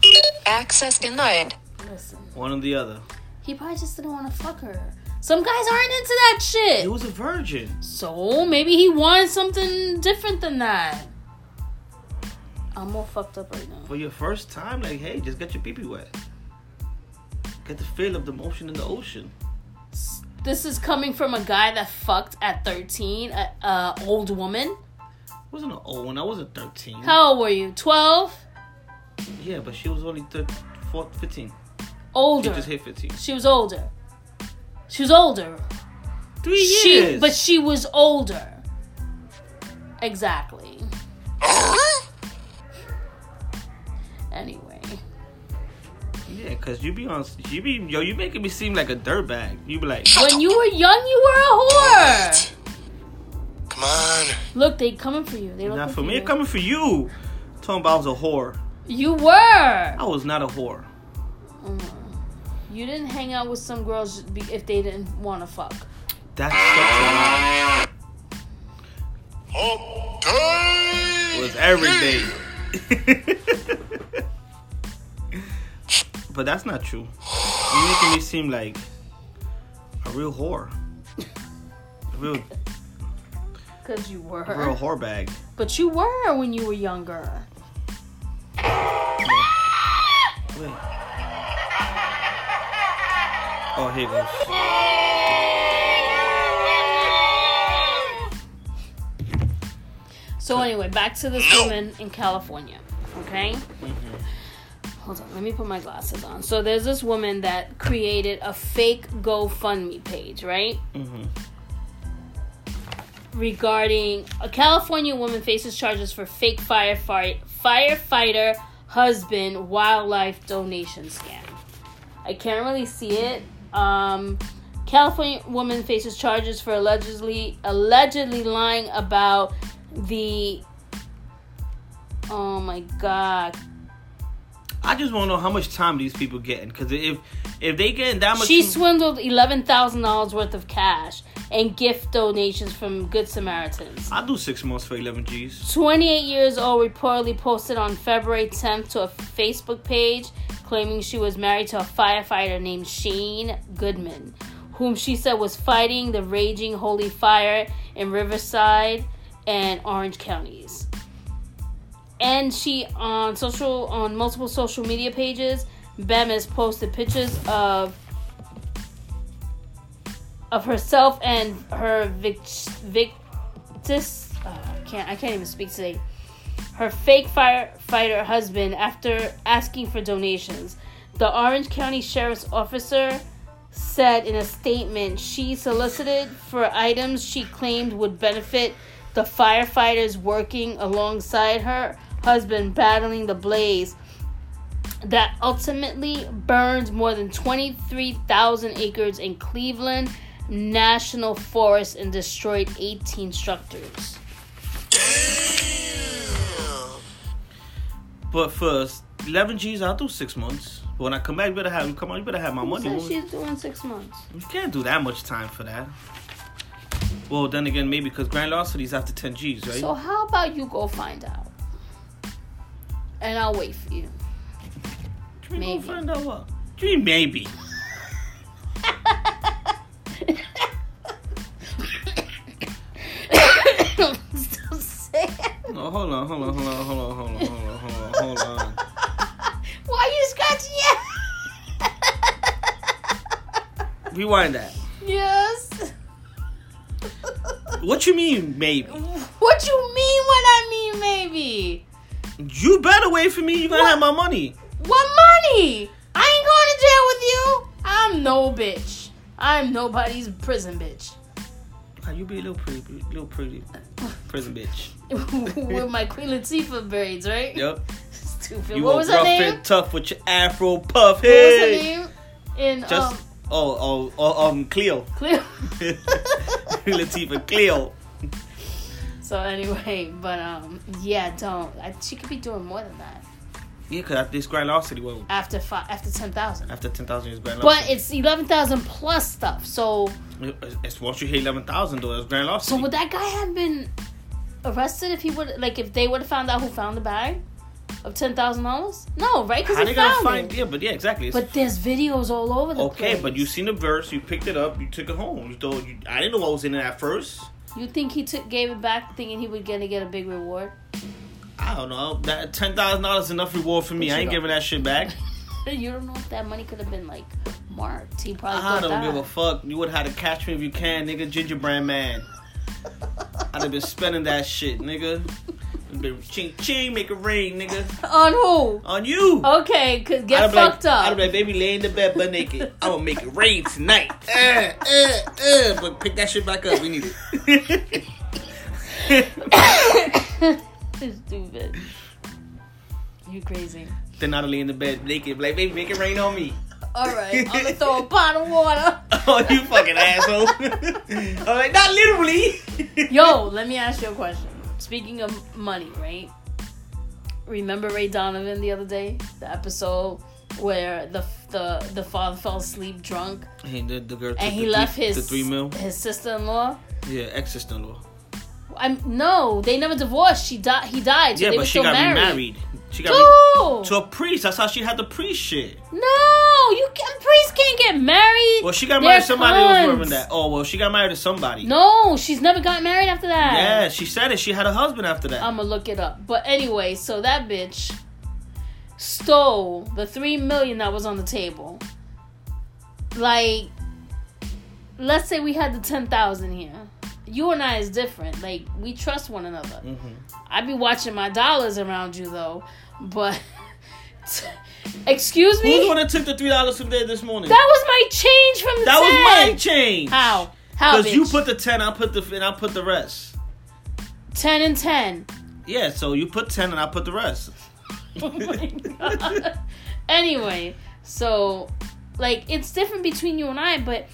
[SPEAKER 4] Access denied.
[SPEAKER 1] Listen,
[SPEAKER 2] one or the other.
[SPEAKER 1] he probably just didn't want to fuck her. Some guys aren't into that shit.
[SPEAKER 2] He was a virgin.
[SPEAKER 1] So maybe he wanted something different than that. I'm all fucked up right now.
[SPEAKER 2] for your first time, like, hey, just get your pee pee wet. Get the feel of the motion in the ocean.
[SPEAKER 1] This is coming from a guy that fucked at 13, a, a old woman.
[SPEAKER 2] I wasn't an old one. I wasn't 13.
[SPEAKER 1] How old were you? 12?
[SPEAKER 2] Yeah, but she was only thir- four- 15. She
[SPEAKER 1] Older.
[SPEAKER 2] just hit 15.
[SPEAKER 1] She was older. She was older.
[SPEAKER 2] Three
[SPEAKER 1] She,
[SPEAKER 2] years.
[SPEAKER 1] but she was older. Exactly. Anyway,
[SPEAKER 2] yeah, because you be on, you be, yo, you making me seem like a dirtbag. You be like,
[SPEAKER 1] when you were young, you were a whore.
[SPEAKER 3] Come on.
[SPEAKER 1] Look, they coming for you. They looking
[SPEAKER 2] not for me,
[SPEAKER 1] you.
[SPEAKER 2] it coming for you. Talking about I was a whore.
[SPEAKER 1] You were.
[SPEAKER 2] I was not a whore.
[SPEAKER 1] Mm. You didn't hang out with some girls be- if they didn't want to fuck.
[SPEAKER 2] That's such a lie.
[SPEAKER 3] Hump day.
[SPEAKER 2] It was every day. but that's not true. You're making me seem like a real whore. A real,
[SPEAKER 1] Cause you were.
[SPEAKER 2] a real whore bag.
[SPEAKER 1] But you were when you were younger.
[SPEAKER 2] Wait. Oh, here goes.
[SPEAKER 1] So anyway, back to this woman in California. Okay. Hold on, let me put my glasses on. So there's this woman that created a fake GoFundMe page, right?
[SPEAKER 2] Mm-hmm.
[SPEAKER 1] Regarding a California woman faces charges for fake firefight firefighter husband wildlife donation scam. I can't really see it. Um, California woman faces charges for allegedly allegedly lying about the. Oh my god!
[SPEAKER 2] I just want to know how much time these people getting because if if they getting that much,
[SPEAKER 1] She swindled eleven thousand dollars worth of cash and gift donations from Good Samaritans.
[SPEAKER 2] I do six months for eleven G's.
[SPEAKER 1] 28 years old reportedly posted on February 10th to a Facebook page claiming she was married to a firefighter named Shane Goodman, whom she said was fighting the raging holy fire in Riverside and Orange counties. And she on social on multiple social media pages, Bemis posted pictures of of herself and her vic- victus. Uh, I can't I can't even speak today. Her fake firefighter husband after asking for donations. The Orange County Sheriff's officer said in a statement she solicited for items she claimed would benefit the firefighters working alongside her husband battling the blaze that ultimately burned more than 23,000 acres in Cleveland National Forest and destroyed 18 structures.
[SPEAKER 2] But for eleven G's, I do six months. But when I come back, you better have come on. You better have my money.
[SPEAKER 1] Says
[SPEAKER 2] woman.
[SPEAKER 1] she's doing six months.
[SPEAKER 2] You can't do that much time for that. Well, then again, maybe because Grand Larcity's after ten G's, right?
[SPEAKER 1] So how about you go find out, and I'll wait for you.
[SPEAKER 2] Dream
[SPEAKER 1] maybe.
[SPEAKER 2] find out what. Dream maybe.
[SPEAKER 1] I'm still sick.
[SPEAKER 2] No, Oh, hold on, hold on, hold on, hold on, hold on, hold on, hold on, hold on.
[SPEAKER 1] Why are you scratching your?
[SPEAKER 2] Rewind that.
[SPEAKER 1] yes.
[SPEAKER 2] What you mean maybe?
[SPEAKER 1] What you mean when I mean maybe?
[SPEAKER 2] You better wait for me. You gotta
[SPEAKER 1] What?
[SPEAKER 2] have my money.
[SPEAKER 1] What money? I ain't going to jail with you. I'm no bitch. I'm nobody's prison bitch.
[SPEAKER 2] Ah, you be a little pretty, little pretty prison bitch.
[SPEAKER 1] with my Queen Latifah braids, right?
[SPEAKER 2] Yep.
[SPEAKER 1] Stupid.
[SPEAKER 2] You
[SPEAKER 1] what
[SPEAKER 2] all
[SPEAKER 1] was her
[SPEAKER 2] rough
[SPEAKER 1] name?
[SPEAKER 2] and tough with your afro
[SPEAKER 1] What was
[SPEAKER 2] puff
[SPEAKER 1] her
[SPEAKER 2] head.
[SPEAKER 1] name? In
[SPEAKER 2] Just
[SPEAKER 1] um,
[SPEAKER 2] oh, oh oh um Cleo.
[SPEAKER 1] Cleo.
[SPEAKER 2] Latifah Cleo.
[SPEAKER 1] so anyway, but um, yeah, don't. I, she could be doing more than that
[SPEAKER 2] Yeah, cause after this Grand Larcity, well,
[SPEAKER 1] after five, after ten thousand.
[SPEAKER 2] after ten thousand years Grand
[SPEAKER 1] But
[SPEAKER 2] Larcity.
[SPEAKER 1] it's eleven thousand plus stuff. So,
[SPEAKER 2] But it's once you hit eleven thousand though, that's Grand
[SPEAKER 1] so
[SPEAKER 2] Larcity.
[SPEAKER 1] would that guy have been arrested if he would like if they would have found out who found the bag of ten thousand dollars? No, right?
[SPEAKER 2] How
[SPEAKER 1] Because
[SPEAKER 2] they
[SPEAKER 1] he
[SPEAKER 2] gonna
[SPEAKER 1] found
[SPEAKER 2] find?
[SPEAKER 1] it.
[SPEAKER 2] Yeah, but yeah, exactly. It's
[SPEAKER 1] But there's videos all over the place.
[SPEAKER 2] Okay, but you seen the verse, you picked it up, you took it home. You told you, I didn't know what was in it at first.
[SPEAKER 1] You think he took gave it back thinking he was gonna get a big reward?
[SPEAKER 2] I don't know. That ten thousand dollars is enough reward for me.
[SPEAKER 1] But
[SPEAKER 2] I
[SPEAKER 1] you
[SPEAKER 2] ain't
[SPEAKER 1] don't.
[SPEAKER 2] giving that shit back.
[SPEAKER 1] you don't know if that money could have been like marked. He probably
[SPEAKER 2] I
[SPEAKER 1] thought
[SPEAKER 2] don't
[SPEAKER 1] that.
[SPEAKER 2] give a fuck. You would have had to catch me if you can, nigga. Gingerbread man. I'd have been spending that shit, nigga. I'd been ching ching, make it rain, nigga.
[SPEAKER 1] On
[SPEAKER 2] On
[SPEAKER 1] who?
[SPEAKER 2] you.
[SPEAKER 1] Oh, Okay, cause
[SPEAKER 2] I'd
[SPEAKER 1] get
[SPEAKER 2] be
[SPEAKER 1] fucked
[SPEAKER 2] like, I'd
[SPEAKER 1] up.
[SPEAKER 2] be like, baby, lay in the bed but naked. I'm gonna make it rain tonight. Uh, uh, uh. But pick that shit back up. We need it.
[SPEAKER 1] Stupid. You crazy.
[SPEAKER 2] then I'd lay in the bed naked, like, baby, make it rain on me.
[SPEAKER 1] Alright, I'm gonna throw a pot of water.
[SPEAKER 2] Oh, you fucking asshole. I'm like, not literally.
[SPEAKER 1] Yo, let me ask you a question. Speaking of money, right? Remember Ray Donovan the other day? The episode where the the the father fell asleep drunk
[SPEAKER 2] He did the girl took
[SPEAKER 1] and he
[SPEAKER 2] the
[SPEAKER 1] left
[SPEAKER 2] three,
[SPEAKER 1] his
[SPEAKER 2] the three mil.
[SPEAKER 1] his sister-in-law.
[SPEAKER 2] Yeah, ex sister in law.
[SPEAKER 1] I'm no, they never divorced. She died. He died. So
[SPEAKER 2] Yeah,
[SPEAKER 1] they were
[SPEAKER 2] but she
[SPEAKER 1] still
[SPEAKER 2] got
[SPEAKER 1] married.
[SPEAKER 2] remarried. She got re-
[SPEAKER 1] Dude,
[SPEAKER 2] to a priest. That's how she had the priest shit.
[SPEAKER 1] no, you can, priests can't get married.
[SPEAKER 2] Well, she got
[SPEAKER 1] They're
[SPEAKER 2] married to somebody who was
[SPEAKER 1] cons.
[SPEAKER 2] worth that. Oh, well, she got married to somebody.
[SPEAKER 1] No, she's never got married after that.
[SPEAKER 2] Yeah, she said it. She had a husband after that.
[SPEAKER 1] I'ma look it up. But anyway, so that bitch stole the three million that was on the table. Like, let's say we had the ten thousand here. You and I is different. Like we trust one another.
[SPEAKER 2] Mhm.
[SPEAKER 1] I be watching my dollars around you though, but. Excuse
[SPEAKER 2] Who's
[SPEAKER 1] me?
[SPEAKER 2] the one that took the three dollars from there this morning?
[SPEAKER 1] that was my change from the
[SPEAKER 2] That was
[SPEAKER 1] 10.
[SPEAKER 2] my change.
[SPEAKER 1] How? How?
[SPEAKER 2] Because
[SPEAKER 1] Bitch?
[SPEAKER 2] you put the ten, I put the and I put the rest.
[SPEAKER 1] 10 and 10.
[SPEAKER 2] Yeah, so you put ten and I put the rest.
[SPEAKER 1] Oh my God. anyway, so like it's different between you and I, but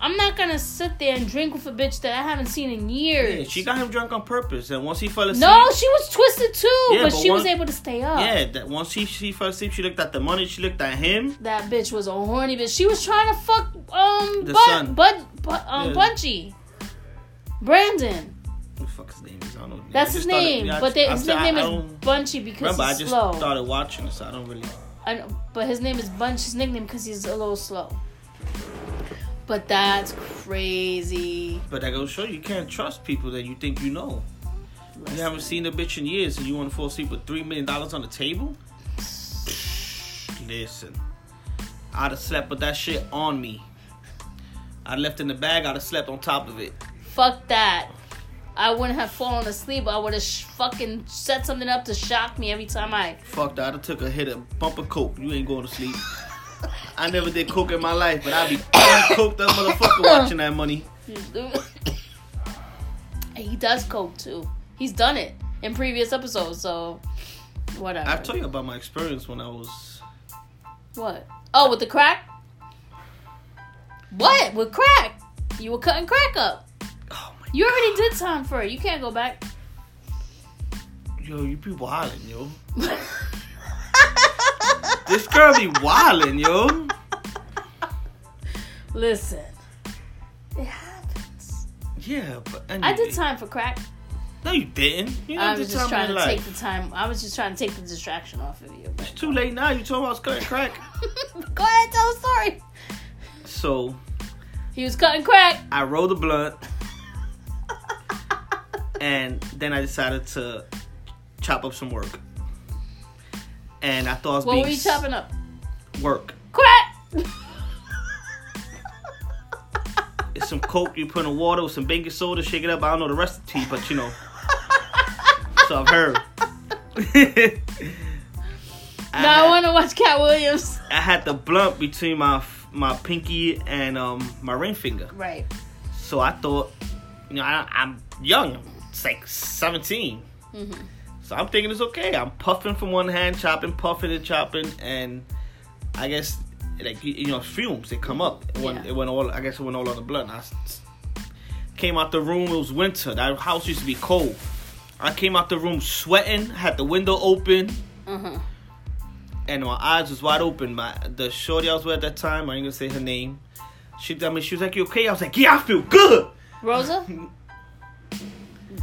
[SPEAKER 1] I'm not gonna sit there and drink with a bitch that I haven't seen in years.
[SPEAKER 2] Yeah, she got him drunk on purpose, and once he fell asleep,
[SPEAKER 1] no, she was twisted too,
[SPEAKER 2] Yeah,
[SPEAKER 1] but,
[SPEAKER 2] but
[SPEAKER 1] she was
[SPEAKER 2] one-
[SPEAKER 1] able to stay up.
[SPEAKER 2] yeah, that once he she fell asleep, she looked at the money, she looked at him.
[SPEAKER 1] That bitch was a horny bitch. She was trying to fuck um
[SPEAKER 2] The
[SPEAKER 1] but
[SPEAKER 2] son.
[SPEAKER 1] but but um
[SPEAKER 2] Yeah.
[SPEAKER 1] Bunchy. Brandon.
[SPEAKER 2] What the fuck his name is? I don't know. I
[SPEAKER 1] That's
[SPEAKER 2] just
[SPEAKER 1] his
[SPEAKER 2] started-
[SPEAKER 1] name.
[SPEAKER 2] yeah, I-
[SPEAKER 1] but they,
[SPEAKER 2] I-
[SPEAKER 1] his
[SPEAKER 2] I-
[SPEAKER 1] nickname
[SPEAKER 2] I
[SPEAKER 1] is
[SPEAKER 2] don't
[SPEAKER 1] Bunchy because
[SPEAKER 2] Remember, I
[SPEAKER 1] he's
[SPEAKER 2] just
[SPEAKER 1] slow.
[SPEAKER 2] started watching this. I don't really.
[SPEAKER 1] I know, but his name is Bunch. His nickname because he's a little slow. But that's crazy.
[SPEAKER 2] But I go show you, you can't trust people that you think you know. You haven't seen a bitch in years, and you want to fall asleep with three million dollars on the table? Listen, I'd have slept with that shit on me. I left in the bag. I'd have slept on top of it.
[SPEAKER 1] Fuck that. I wouldn't have fallen asleep. I would have sh- fucking set something up to shock me every time I.
[SPEAKER 2] Fuck that. I'd have took a hit of bump of coke. You ain't going to sleep. I never did coke in my life, but I'd be coked up motherfucker watching that money.
[SPEAKER 1] he does coke too. He's done it in previous episodes, so whatever.
[SPEAKER 2] I told you about my experience when I was
[SPEAKER 1] What? Oh, with the crack? What? With crack? You were cutting crack up.
[SPEAKER 2] Oh my
[SPEAKER 1] You already did time for it. You can't go back.
[SPEAKER 2] yo, you be wildin', yo. This girl be wildin', yo.
[SPEAKER 1] Listen, it happens.
[SPEAKER 2] Yeah, but
[SPEAKER 1] I did
[SPEAKER 2] anyway.
[SPEAKER 1] time for crack.
[SPEAKER 2] No, you didn't. You
[SPEAKER 1] I
[SPEAKER 2] never
[SPEAKER 1] was just
[SPEAKER 2] did time in
[SPEAKER 1] trying
[SPEAKER 2] your
[SPEAKER 1] to
[SPEAKER 2] life.
[SPEAKER 1] take the time. I was just trying to take the distraction off of you. but-
[SPEAKER 2] It's too late now. You told me I was cutting crack.
[SPEAKER 1] go ahead, tell the story.
[SPEAKER 2] So
[SPEAKER 1] He was cutting crack.
[SPEAKER 2] I rolled a blunt, and then I decided to chop up some work. And I thought I was
[SPEAKER 1] What
[SPEAKER 2] being
[SPEAKER 1] were you
[SPEAKER 2] s-
[SPEAKER 1] chopping up?
[SPEAKER 2] work.
[SPEAKER 1] Crack.
[SPEAKER 2] It's some coke you put in water with some baking soda, shake it up. I don't know the recipe, but you know. so I've heard. I
[SPEAKER 1] Now I
[SPEAKER 2] had-
[SPEAKER 1] want to watch Cat Williams.
[SPEAKER 2] I had the blunt between my f- my pinky and um my ring finger.
[SPEAKER 1] Right.
[SPEAKER 2] So I thought, you know, I, I'm young. It's like 17. So I'm thinking it's okay. I'm puffing from one hand, chopping, puffing and chopping, and I guess like you, you know fumes they come up. It went,
[SPEAKER 1] Yeah.
[SPEAKER 2] it went all. I guess it went all on the blood. And I s- came out the room. It was winter. That house used to be cold. I came out the room sweating. Had the window open.
[SPEAKER 1] Mhm.
[SPEAKER 2] And my eyes was wide open. My the shorty I was with at that time, I ain't gonna say her name. She told me she was like, "You okay?" I was like, "Yeah, I feel good."
[SPEAKER 1] Rosa.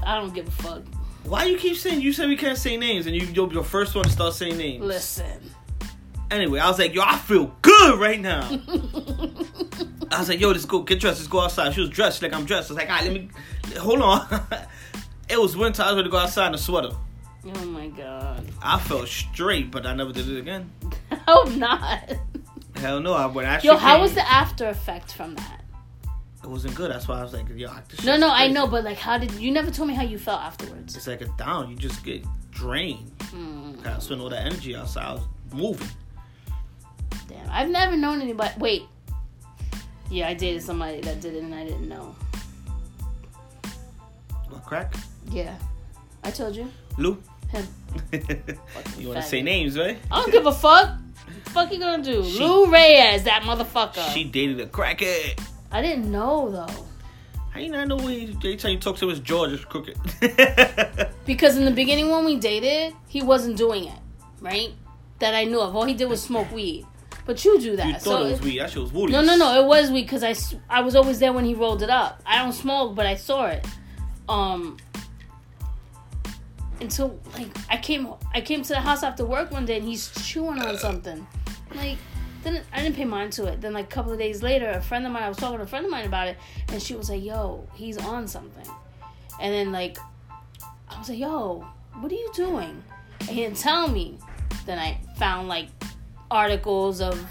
[SPEAKER 1] I don't give a fuck.
[SPEAKER 2] Why you keep saying you said we can't say names and you you're your first one to start saying names?
[SPEAKER 1] Listen.
[SPEAKER 2] Anyway, I was like, yo, I feel good right now.
[SPEAKER 1] Oh
[SPEAKER 2] I was like, yo, let's go get dressed, let's go outside. She was dressed like I'm dressed. I was like, all right, let me hold on. it was winter, I was ready to go outside in a sweater.
[SPEAKER 1] Oh my god.
[SPEAKER 2] I felt straight, but I never did it again.
[SPEAKER 1] I hope not.
[SPEAKER 2] Hell no, I when I actually
[SPEAKER 1] Yo, how
[SPEAKER 2] came,
[SPEAKER 1] was the after effect from that?
[SPEAKER 2] It wasn't good. That's why I was like, yo, this
[SPEAKER 1] No,
[SPEAKER 2] shit's
[SPEAKER 1] no, I
[SPEAKER 2] crazy.
[SPEAKER 1] know, but like, how did you never told me how you felt afterwards?
[SPEAKER 2] It's like a down. You just get drained.
[SPEAKER 1] Mm,
[SPEAKER 2] I spent all that energy outside. I was moving.
[SPEAKER 1] damn, I've never known anybody. Wait, yeah, I dated somebody that did it, and I didn't know.
[SPEAKER 2] What crack?
[SPEAKER 1] Yeah, I told you.
[SPEAKER 2] Lou?
[SPEAKER 1] Him.
[SPEAKER 2] you want to say
[SPEAKER 1] faggot.
[SPEAKER 2] names, right?
[SPEAKER 1] I don't give a fuck. The fuck you gonna do,
[SPEAKER 2] She-
[SPEAKER 1] Lou Reyes? That motherfucker.
[SPEAKER 2] She dated a crackhead.
[SPEAKER 1] I didn't know though,
[SPEAKER 2] How you not know when you, anytime you talk to his jaw just crooked?
[SPEAKER 1] because in the beginning when we dated, he wasn't doing it, right? That I knew of. All he did was smoke weed. But you do that.
[SPEAKER 2] you thought
[SPEAKER 1] so
[SPEAKER 2] it was
[SPEAKER 1] it-
[SPEAKER 2] weed. That shit was woolies.
[SPEAKER 1] No, no, no. It was weed because I, s- I was always there when he rolled it up. I don't smoke, but I saw it. Um. And so, like, I came I came to the house after work one day and he's chewing on something. Like, then I didn't pay mind to it. Then, like, a couple of days later, a friend of mine, I was talking to a friend of mine about it, and she was like, "Yo, he's on something." And then, like, I was like, "Yo, what are you doing?" And he didn't tell me. Then I found like articles of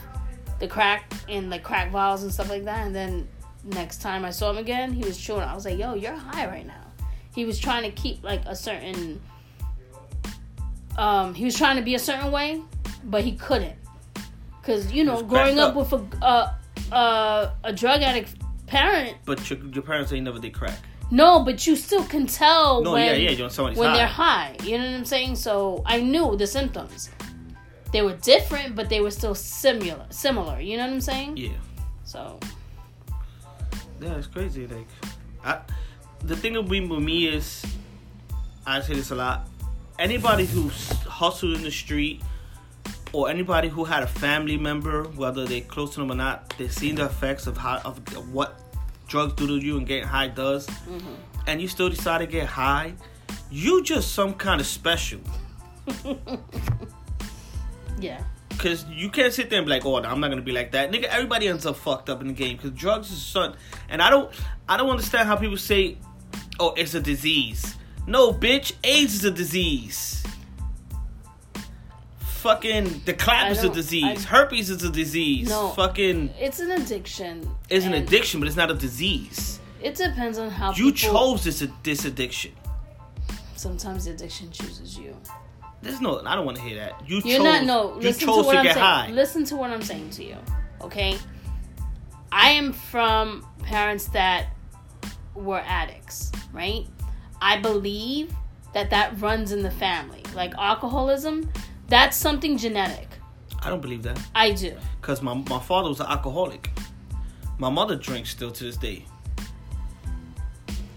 [SPEAKER 1] the crack and like crack vials and stuff like that. And then next time I saw him again, he was chewing. I was like, "Yo, you're high right now." He was trying to keep like a certain. Um, he was trying to be a certain way, but he couldn't. Because you know,
[SPEAKER 2] It's
[SPEAKER 1] growing up,
[SPEAKER 2] messed
[SPEAKER 1] with a uh, uh, a drug addict parent,
[SPEAKER 2] But your, your parents ain't never did crack.
[SPEAKER 1] no, but you still can tell
[SPEAKER 2] No,
[SPEAKER 1] when
[SPEAKER 2] yeah, yeah, you know somebody's
[SPEAKER 1] when
[SPEAKER 2] high.
[SPEAKER 1] they're high. You know what I'm saying? So I knew the symptoms. They were different, but they were still similar. Similar. You know what I'm saying?
[SPEAKER 2] Yeah,
[SPEAKER 1] So
[SPEAKER 2] yeah, it's crazy. Like, I, the thing with me, with me is, I say this a lot. Anybody who's hustled in the street, or anybody who had a family member, whether they close to them or not, they seen the effects of how of what drugs do to you and getting high does, and you still decide to get high. You just some kind of special.
[SPEAKER 1] yeah,
[SPEAKER 2] Cause you can't sit there and be like, "Oh, no, I'm not gonna be like that, nigga." Everybody ends up fucked up in the game because drugs is son. And I don't, I don't understand how people say, "Oh, it's a disease." No, bitch, AIDS is a disease. Fucking the clap
[SPEAKER 1] I
[SPEAKER 2] is a
[SPEAKER 1] don't-
[SPEAKER 2] disease.
[SPEAKER 1] I-
[SPEAKER 2] Herpes is a disease.
[SPEAKER 1] No.
[SPEAKER 2] Fucking
[SPEAKER 1] it's an addiction.
[SPEAKER 2] it's an
[SPEAKER 1] and
[SPEAKER 2] addiction, but it's not a disease.
[SPEAKER 1] It depends on how
[SPEAKER 2] You
[SPEAKER 1] people-
[SPEAKER 2] chose this this addiction.
[SPEAKER 1] Sometimes the addiction chooses you.
[SPEAKER 2] There's no, I don't want to hear that. You
[SPEAKER 1] You're
[SPEAKER 2] chose.
[SPEAKER 1] not no.
[SPEAKER 2] you
[SPEAKER 1] Listen to
[SPEAKER 2] chose
[SPEAKER 1] what
[SPEAKER 2] to
[SPEAKER 1] I'm
[SPEAKER 2] get
[SPEAKER 1] saying.
[SPEAKER 2] high.
[SPEAKER 1] Listen to what I'm saying to you. Okay. I am from parents that were addicts, right? I believe that that runs in the family. Like alcoholism, that's something genetic.
[SPEAKER 2] I don't believe that.
[SPEAKER 1] I do.
[SPEAKER 2] Because my, my father was an alcoholic. My mother drinks still to this day.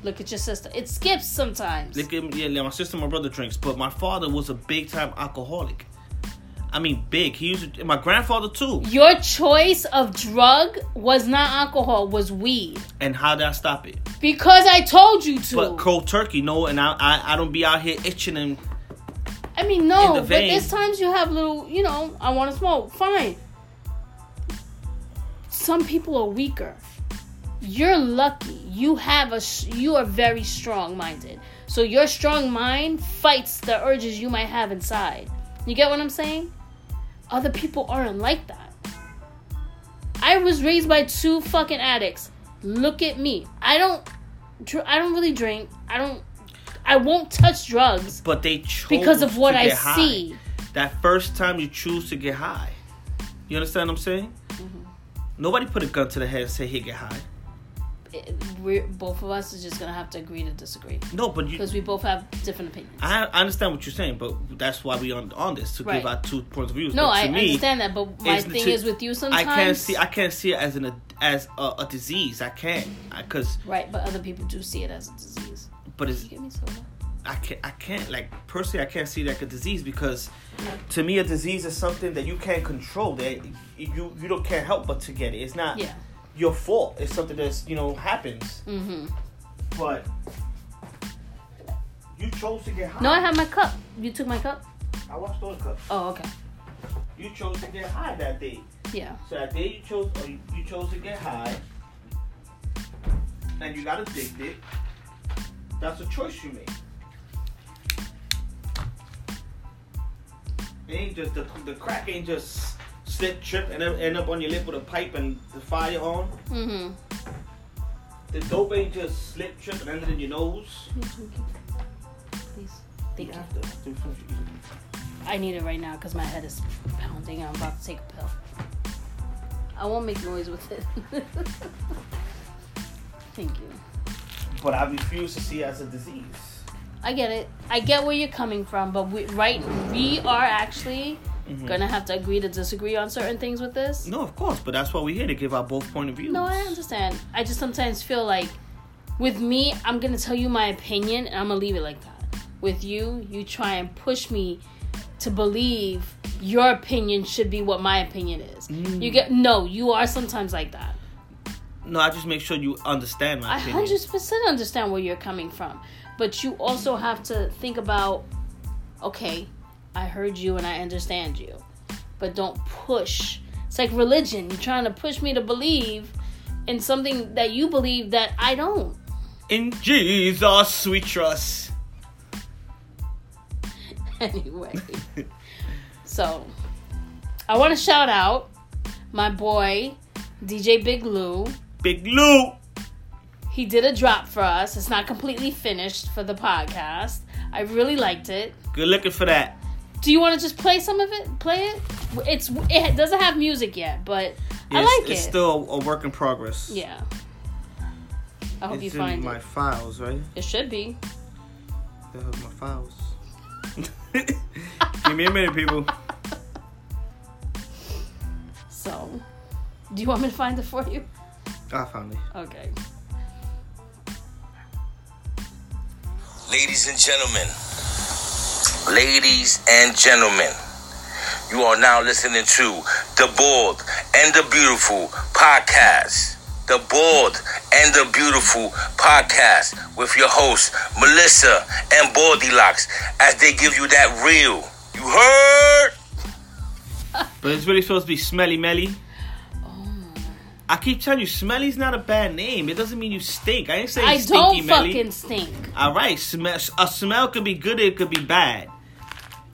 [SPEAKER 1] Look at your sister. It skips sometimes.
[SPEAKER 2] Look at, yeah, my sister and my brother drinks, but my father was a big time alcoholic. I mean, big. He used to, my grandfather too.
[SPEAKER 1] Your choice of drug was not alcohol, was weed.
[SPEAKER 2] And how did I stop it?
[SPEAKER 1] Because I told you to.
[SPEAKER 2] But cold turkey, no. And I, I I don't be out here itching and
[SPEAKER 1] I mean, no,
[SPEAKER 2] in the
[SPEAKER 1] but
[SPEAKER 2] vein.
[SPEAKER 1] there's times you have little, you know, I want to smoke. Fine. Some people are weaker. You're lucky. You have a, s- you are very strong minded. So your strong mind fights the urges you might have inside. You get what I'm saying? Other people aren't like that. I was raised by two fucking addicts. Look at me. I don't, dr- I don't really drink. I don't, I won't touch drugs
[SPEAKER 2] but they chose
[SPEAKER 1] because of what
[SPEAKER 2] to
[SPEAKER 1] I
[SPEAKER 2] get high.
[SPEAKER 1] see.
[SPEAKER 2] That first time you choose to get high, you understand what I'm saying?
[SPEAKER 1] Mm-hmm.
[SPEAKER 2] Nobody put a gun to the head and say, "Here, get high."
[SPEAKER 1] It- We're both of us is just gonna have to agree to disagree
[SPEAKER 2] No, but you
[SPEAKER 1] because we both have different opinions.
[SPEAKER 2] I I understand what you're saying, but that's why we on on this to
[SPEAKER 1] Right.
[SPEAKER 2] give our two points of views.
[SPEAKER 1] no,
[SPEAKER 2] But to
[SPEAKER 1] I
[SPEAKER 2] me,
[SPEAKER 1] understand that, but my
[SPEAKER 2] it's-
[SPEAKER 1] thing
[SPEAKER 2] to-
[SPEAKER 1] is with you
[SPEAKER 2] I
[SPEAKER 1] sometimes.
[SPEAKER 2] can't see I can't see it as an as a, a disease. I can't because
[SPEAKER 1] right, but other people do see it as a disease.
[SPEAKER 2] but it's
[SPEAKER 1] You get me so
[SPEAKER 2] I can't I can't like personally I can't see it like a disease because to me a disease is something that you can't control that you you don't can't help but to get it. It's not
[SPEAKER 1] Yeah.
[SPEAKER 2] your fault. It's something that's you know happens.
[SPEAKER 1] Mm-hmm.
[SPEAKER 2] But you chose to get high.
[SPEAKER 1] No, I have my cup. You took my cup.
[SPEAKER 2] I watched those cups.
[SPEAKER 1] Oh, okay.
[SPEAKER 2] You chose to get high that day.
[SPEAKER 1] Yeah.
[SPEAKER 2] So that day you chose, or you, you chose to get high, and you got addicted. That's a choice you made. It ain't just the, the crack ain't just slip, trip, and then end up on your lip with a pipe and the fire on.
[SPEAKER 1] Mm-hmm.
[SPEAKER 2] The dope ain't just slip, trip, and end it in your nose.
[SPEAKER 1] Please. Thank you.
[SPEAKER 2] have to do something.
[SPEAKER 1] I need it right now because my head is pounding and I'm about to take a pill. I won't make noise with it. Thank you.
[SPEAKER 2] But I refuse to see it as a disease.
[SPEAKER 1] I get it. I get where you're coming from, but we, right, we are actually gonna have to agree to disagree on certain things with this.
[SPEAKER 2] No, of course, but that's why we're here to give our both point of views.
[SPEAKER 1] No, I understand. I just sometimes feel like, with me, I'm gonna tell you my opinion and I'm gonna leave it like that. With you, you try and push me to believe your opinion should be what my opinion is. You get no, you are sometimes like that.
[SPEAKER 2] No, I just make sure you understand my
[SPEAKER 1] I
[SPEAKER 2] opinion.
[SPEAKER 1] hundred percent understand where you're coming from, but you also have to think about, okay, I heard you and I understand you, but don't push. It's like religion. You're trying to push me to believe in something that you believe that I don't.
[SPEAKER 2] In Jesus we trust.
[SPEAKER 1] Anyway, so I want to shout out my boy DJ Big Lou.
[SPEAKER 2] Big Lou.
[SPEAKER 1] He did a drop for us. It's not completely finished for the podcast. I really liked it.
[SPEAKER 2] Good looking for that.
[SPEAKER 1] Do you want to just play some of it? Play it. It's it doesn't have music yet, but
[SPEAKER 2] Yeah,
[SPEAKER 1] I
[SPEAKER 2] it's-
[SPEAKER 1] like
[SPEAKER 2] it's
[SPEAKER 1] it.
[SPEAKER 2] still a work in progress.
[SPEAKER 1] yeah. I hope
[SPEAKER 2] it's
[SPEAKER 1] you find
[SPEAKER 2] in my
[SPEAKER 1] it.
[SPEAKER 2] files, right?
[SPEAKER 1] It should be.
[SPEAKER 2] The hell my files? Give me a minute, people.
[SPEAKER 1] So, do you want me to find it for you?
[SPEAKER 2] I found it.
[SPEAKER 1] Okay.
[SPEAKER 5] Ladies and gentlemen, ladies and gentlemen, you are now listening to the Bold and the Beautiful podcast. The Bold and the Beautiful podcast with your hosts, Melissa and Baldy Locks, as they give you that real. You heard?
[SPEAKER 2] But it's really supposed to be Smelly Melly.
[SPEAKER 1] Oh.
[SPEAKER 2] I keep telling you, Smelly's not a bad name. It doesn't mean you stink. I ain't saying
[SPEAKER 1] I
[SPEAKER 2] stinky
[SPEAKER 1] don't
[SPEAKER 2] Melly.
[SPEAKER 1] fucking stink.
[SPEAKER 2] All right, smell. A smell could be good. It could be bad.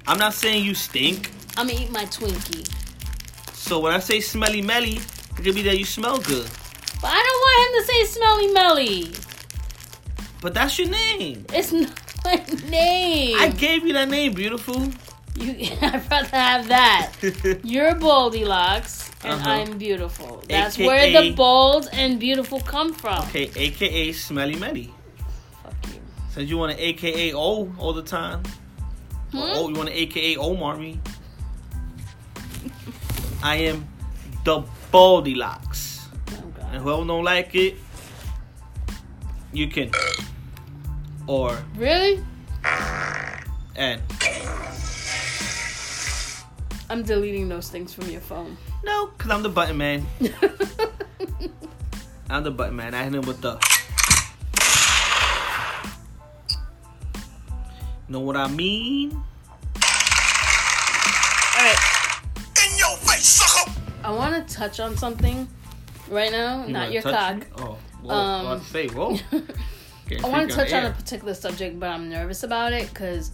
[SPEAKER 2] I'm not saying you stink.
[SPEAKER 1] I'm gonna eat my Twinkie.
[SPEAKER 2] So when I say Smelly Melly, it could be that you smell good.
[SPEAKER 1] But I don't want him to say Smelly Melly.
[SPEAKER 2] But that's your name.
[SPEAKER 1] It's not my name.
[SPEAKER 2] I gave you that name, beautiful.
[SPEAKER 1] you, I'd rather have that. You're Baldy Locks, and
[SPEAKER 2] Uh-huh.
[SPEAKER 1] I'm beautiful. That's
[SPEAKER 2] AKA.
[SPEAKER 1] where the bold and beautiful come from.
[SPEAKER 2] okay, AKA Smelly Melly.
[SPEAKER 1] Fuck you.
[SPEAKER 2] Since you want to AKA O all the time. Or
[SPEAKER 1] Hmm?
[SPEAKER 2] Oh, you want to AKA Omar me? I am the Baldy Locks.
[SPEAKER 1] Oh,
[SPEAKER 2] And
[SPEAKER 1] God.
[SPEAKER 2] whoever don't like it, you can. Or
[SPEAKER 1] Really?
[SPEAKER 2] and
[SPEAKER 1] I'm deleting those things from your phone.
[SPEAKER 2] no, cause I'm the button man. I'm the button man. I hit him with the. Know what I mean?
[SPEAKER 5] In your face, sucker!
[SPEAKER 1] I want to touch on something right now,
[SPEAKER 2] You
[SPEAKER 1] not
[SPEAKER 2] wanna
[SPEAKER 1] your cock.
[SPEAKER 2] touch me? Oh, whoa,
[SPEAKER 1] Um,
[SPEAKER 2] I was about to say whoa. Getting
[SPEAKER 1] I want
[SPEAKER 2] freaky
[SPEAKER 1] to touch on
[SPEAKER 2] air.
[SPEAKER 1] a particular subject, but I'm nervous about it because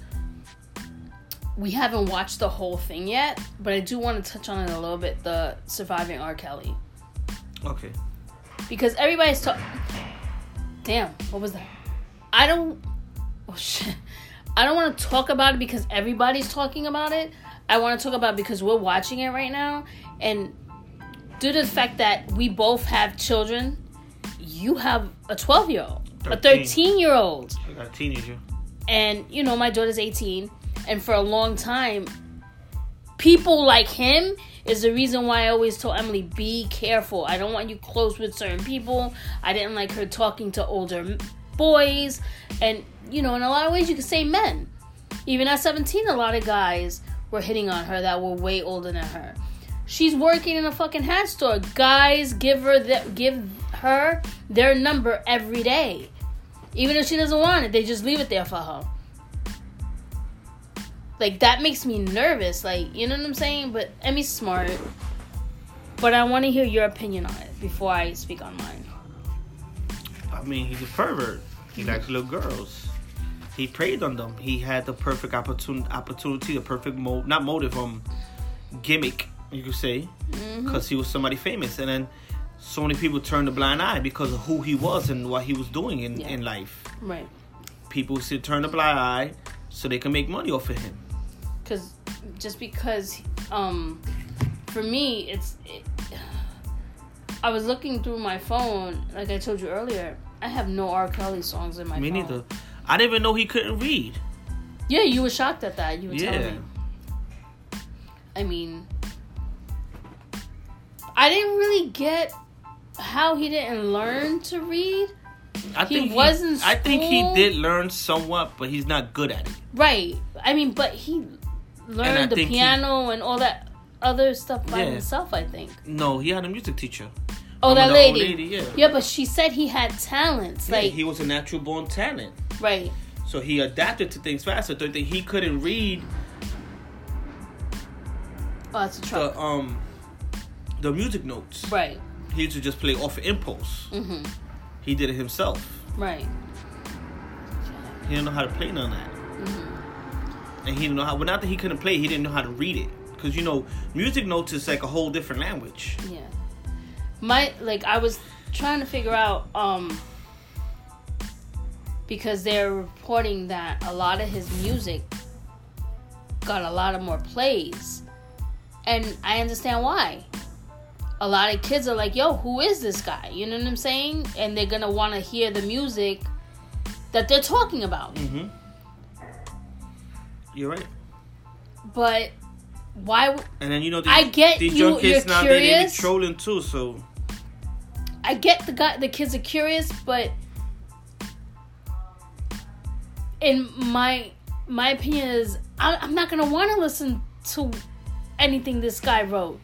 [SPEAKER 1] we haven't watched the whole thing yet. But I do want to touch on it a little bit the surviving R. Kelly.
[SPEAKER 2] Okay.
[SPEAKER 1] Because everybody's talking. Damn, what was that? I don't. Oh, shit. I don't want to talk about it because everybody's talking about it. I want to talk about it because we're watching it right now. And due to the fact that we both have children, you have a 12 year old, a 13
[SPEAKER 2] 13.
[SPEAKER 1] year old
[SPEAKER 2] I got a teenager.
[SPEAKER 1] and you know my daughter's 18 and for a long time people like him is the reason why i always told emily be careful i don't want you close with certain people i didn't like her talking to older m- boys and you know in a lot of ways you could say men even at 17 a lot of guys were hitting on her that were way older than her she's working in a fucking hat store guys give her that give her their number every day even if she doesn't want it, they just leave it there for her. Like that makes me nervous. Like you know what I'm saying. But Emmy's smart. But I want to hear your opinion on it before I speak on mine.
[SPEAKER 2] I mean, he's a pervert. He likes little girls. He preyed on them. He had the perfect opportun- opportunity, the perfect mo- not motive, um, gimmick, you could say,
[SPEAKER 1] Mm-hmm.
[SPEAKER 2] because he was somebody famous. And then so many people turned a blind eye because of who he was and what he was doing in,
[SPEAKER 1] Yeah.
[SPEAKER 2] in life.
[SPEAKER 1] Right.
[SPEAKER 2] People should turn a blind eye so they can make money off of him.
[SPEAKER 1] Cause just because, um, for me it's. It, I was looking through my phone, like I told you earlier. I have no R. Kelly songs in my
[SPEAKER 2] Me
[SPEAKER 1] phone.
[SPEAKER 2] neither. I didn't even know he couldn't read.
[SPEAKER 1] Yeah, you were shocked at that. You were
[SPEAKER 2] Yeah.
[SPEAKER 1] telling me. I mean, I didn't really get how he didn't learn to read.
[SPEAKER 2] I
[SPEAKER 1] He
[SPEAKER 2] think
[SPEAKER 1] was in
[SPEAKER 2] I think he
[SPEAKER 1] school.
[SPEAKER 2] did learn somewhat, but he's not good at it.
[SPEAKER 1] Right. I mean, but he
[SPEAKER 2] And I
[SPEAKER 1] learned the
[SPEAKER 2] think he-
[SPEAKER 1] piano and all that other stuff by
[SPEAKER 2] Yeah.
[SPEAKER 1] himself, I think.
[SPEAKER 2] No, he had a music teacher.
[SPEAKER 1] Oh,
[SPEAKER 2] Remember
[SPEAKER 1] that
[SPEAKER 2] the old
[SPEAKER 1] lady.
[SPEAKER 2] lady, yeah.
[SPEAKER 1] but she said he had talents.
[SPEAKER 2] Yeah,
[SPEAKER 1] like,
[SPEAKER 2] he was a natural born talent.
[SPEAKER 1] right.
[SPEAKER 2] So he adapted to things faster. Don't think he couldn't read
[SPEAKER 1] Oh, that's a truck.
[SPEAKER 2] the um the music notes.
[SPEAKER 1] right.
[SPEAKER 2] He used to just play off of impulse.
[SPEAKER 1] hmm
[SPEAKER 2] He did it himself.
[SPEAKER 1] Right.
[SPEAKER 2] He didn't know how to play none of that.
[SPEAKER 1] Mm-hmm.
[SPEAKER 2] And he didn't know how. Well, not that he couldn't play. He didn't know how to read it. Cause you know, music notes is like a whole different language.
[SPEAKER 1] Yeah. My like I was trying to figure out um because they're reporting that a lot of his music got a lot of more plays. And I understand why. A lot of kids are like, yo, who is this guy? You know what I'm saying? And they're gonna wanna hear the music that they're talking about.
[SPEAKER 2] Mm-hmm. You're right.
[SPEAKER 1] But why w-
[SPEAKER 2] And then you know, these,
[SPEAKER 1] I get
[SPEAKER 2] these
[SPEAKER 1] you-
[SPEAKER 2] young kids
[SPEAKER 1] you're
[SPEAKER 2] now they- they be
[SPEAKER 1] curious.
[SPEAKER 2] trolling too. So
[SPEAKER 1] I get the guy, the kids are curious, but in my my opinion is I, I'm not gonna want to listen to anything this guy wrote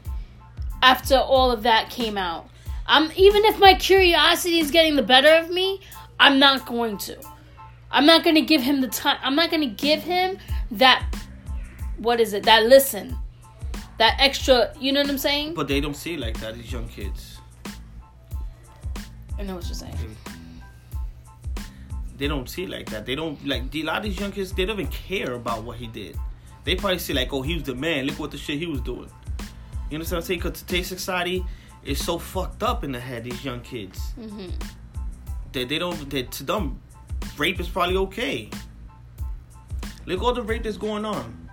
[SPEAKER 1] after all of that came out. I'm even if my curiosity is getting the better of me, I'm not going to. I'm not gonna give him the time. I'm not gonna give him that. What is it? That listen, that extra. You know what I'm saying?
[SPEAKER 2] but they don't see it like that. These young kids,
[SPEAKER 1] I know what you're saying.
[SPEAKER 2] they don't see it like that. They don't like the- a lot of these young kids. They don't even care about what he did. They probably see like, oh, he was the man. Look what the shit he was doing. You understand what I'm saying? Because today's society is so fucked up in the head. These young kids.
[SPEAKER 1] Mm-hmm.
[SPEAKER 2] That they don't. That to them, rape is probably okay. Look all the rape that's going on.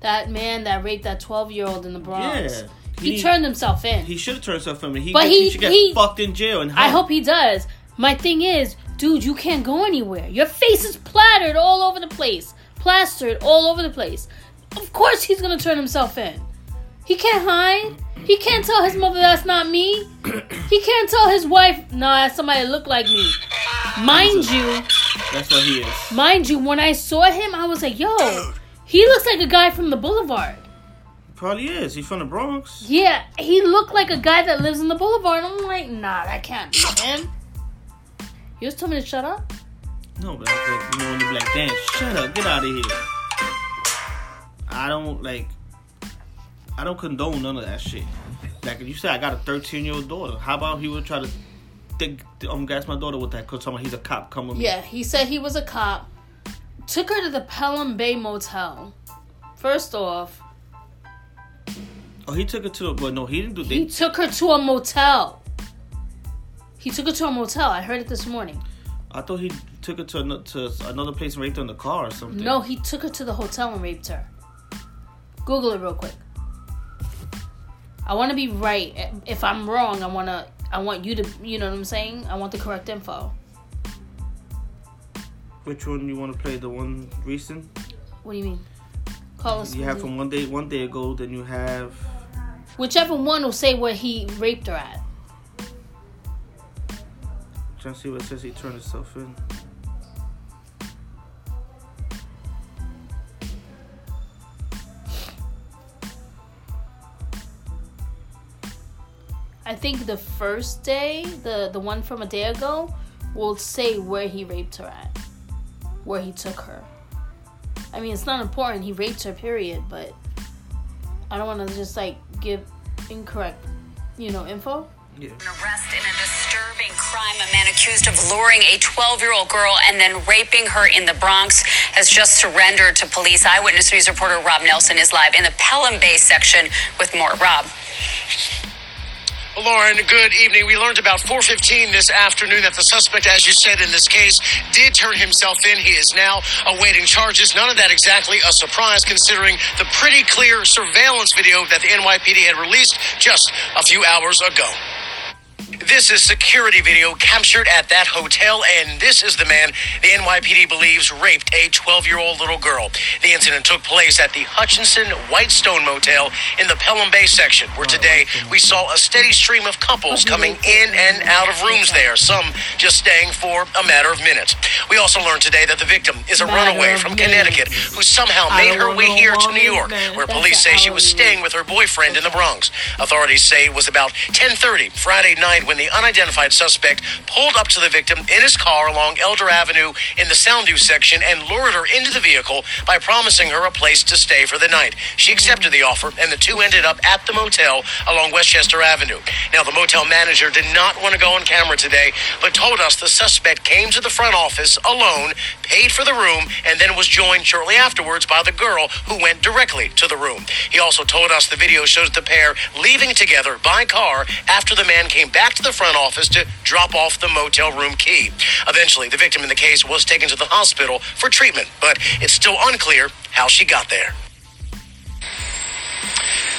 [SPEAKER 1] That man that raped that 12 year old in the Bronx.
[SPEAKER 2] Yeah.
[SPEAKER 1] He, turned himself in.
[SPEAKER 2] He should have turned himself in. He,
[SPEAKER 1] But he-
[SPEAKER 2] he should get
[SPEAKER 1] he-
[SPEAKER 2] fucked in jail. And
[SPEAKER 1] I hope he does. My thing is, dude, you can't go anywhere. Your face is plattered all over the place, plastered all over the place. Of course, he's gonna turn himself in. He can't hide. He can't tell his mother that's not me. He can't tell his wife, nah, that's somebody that look like me. Mind you,
[SPEAKER 2] That's what he is.
[SPEAKER 1] mind you, when I saw him, I was like, yo, he looks like a guy from the boulevard.
[SPEAKER 2] Probably is. He's from the Bronx.
[SPEAKER 1] Yeah, he looked like a guy that lives in the boulevard. I'm like, nah, that can't be him. You just told me to shut up?
[SPEAKER 2] No, but I was like, you know, when you're like, damn, shut up, get out of here. I don't like. I don't condone none of that shit. Like you said, I got a 13 year old daughter. How about he would try to think, um, gas my daughter with that? Cause talking about he's a cop. Come with me.
[SPEAKER 1] Yeah, he said he was a cop. Took her to the Pelham Bay Motel. First off,
[SPEAKER 2] Oh, he took her to. the- Well, no, he didn't do.
[SPEAKER 1] he
[SPEAKER 2] They,
[SPEAKER 1] took her to a motel. He took her to a motel. I heard it this morning.
[SPEAKER 2] I thought he took her to another, to another place and raped her in the car or something.
[SPEAKER 1] No, he took her to the hotel and raped her. Google it real quick. I want to be right. If I'm wrong, I want to. I want you to. You know what I'm saying? I want the correct info.
[SPEAKER 2] Which one you want to play? The one recent?
[SPEAKER 1] What do you mean? Call us.
[SPEAKER 2] You have from one day one day ago. Then you have
[SPEAKER 1] whichever one will say where he raped her at.
[SPEAKER 2] trying to see what it says he turned himself in.
[SPEAKER 1] I think the first day, the the one from a day ago, will say where he raped her at, where he took her. I mean, it's not important. He raped her, period. But I don't want to just like give incorrect, you know, info.
[SPEAKER 2] Yeah.
[SPEAKER 6] An arrest in a disturbing crime. A man accused of luring a 12 year old girl and then raping her in the Bronx has just surrendered to police. Eyewitness News reporter Rob Nelson is live in the Pelham Bay section with more. Rob.
[SPEAKER 7] Lauren, good evening. We learned about 4:15 this afternoon that the suspect, as you said in this case, did turn himself in. He is now awaiting charges. None of that exactly a surprise, considering the pretty clear surveillance video that the NYPD had released just a few hours ago. This is security video captured at that hotel, and this is the man the NYPD believes raped a 12 year old little girl. The incident took place at the Hutchinson Whitestone Motel in the Pelham Bay section, where today we saw a steady stream of couples coming in and out of rooms there, some just staying for a matter of minutes. We also learned today that the victim is a
[SPEAKER 1] Matter
[SPEAKER 7] runaway
[SPEAKER 1] of
[SPEAKER 7] from Connecticut
[SPEAKER 1] minutes.
[SPEAKER 7] who somehow
[SPEAKER 2] I
[SPEAKER 7] made
[SPEAKER 2] don't
[SPEAKER 7] her way
[SPEAKER 2] wanna
[SPEAKER 7] here to
[SPEAKER 2] want
[SPEAKER 7] New
[SPEAKER 2] it,
[SPEAKER 7] York,
[SPEAKER 2] man.
[SPEAKER 7] where
[SPEAKER 1] That's
[SPEAKER 7] police
[SPEAKER 1] an
[SPEAKER 7] say she was
[SPEAKER 1] hourly
[SPEAKER 7] staying with her boyfriend in the Bronx. Authorities say it was about 10:30 Friday night when the unidentified suspect pulled up to the victim in his car along Elder Avenue in the Soundview section and lured her into the vehicle by promising her a place to stay for the night. She accepted the offer, and the two ended up at the motel along Westchester Avenue. Now, the motel manager did not want to go on camera today, but told us the suspect came to the front office alone, paid for the room, and then was joined shortly afterwards by the girl who went directly to the room. He also told us the video shows the pair leaving together by car after the man came back to the front office to drop off the motel room key. Eventually, the victim in the case was taken to the hospital for treatment, but it's still unclear how she got there.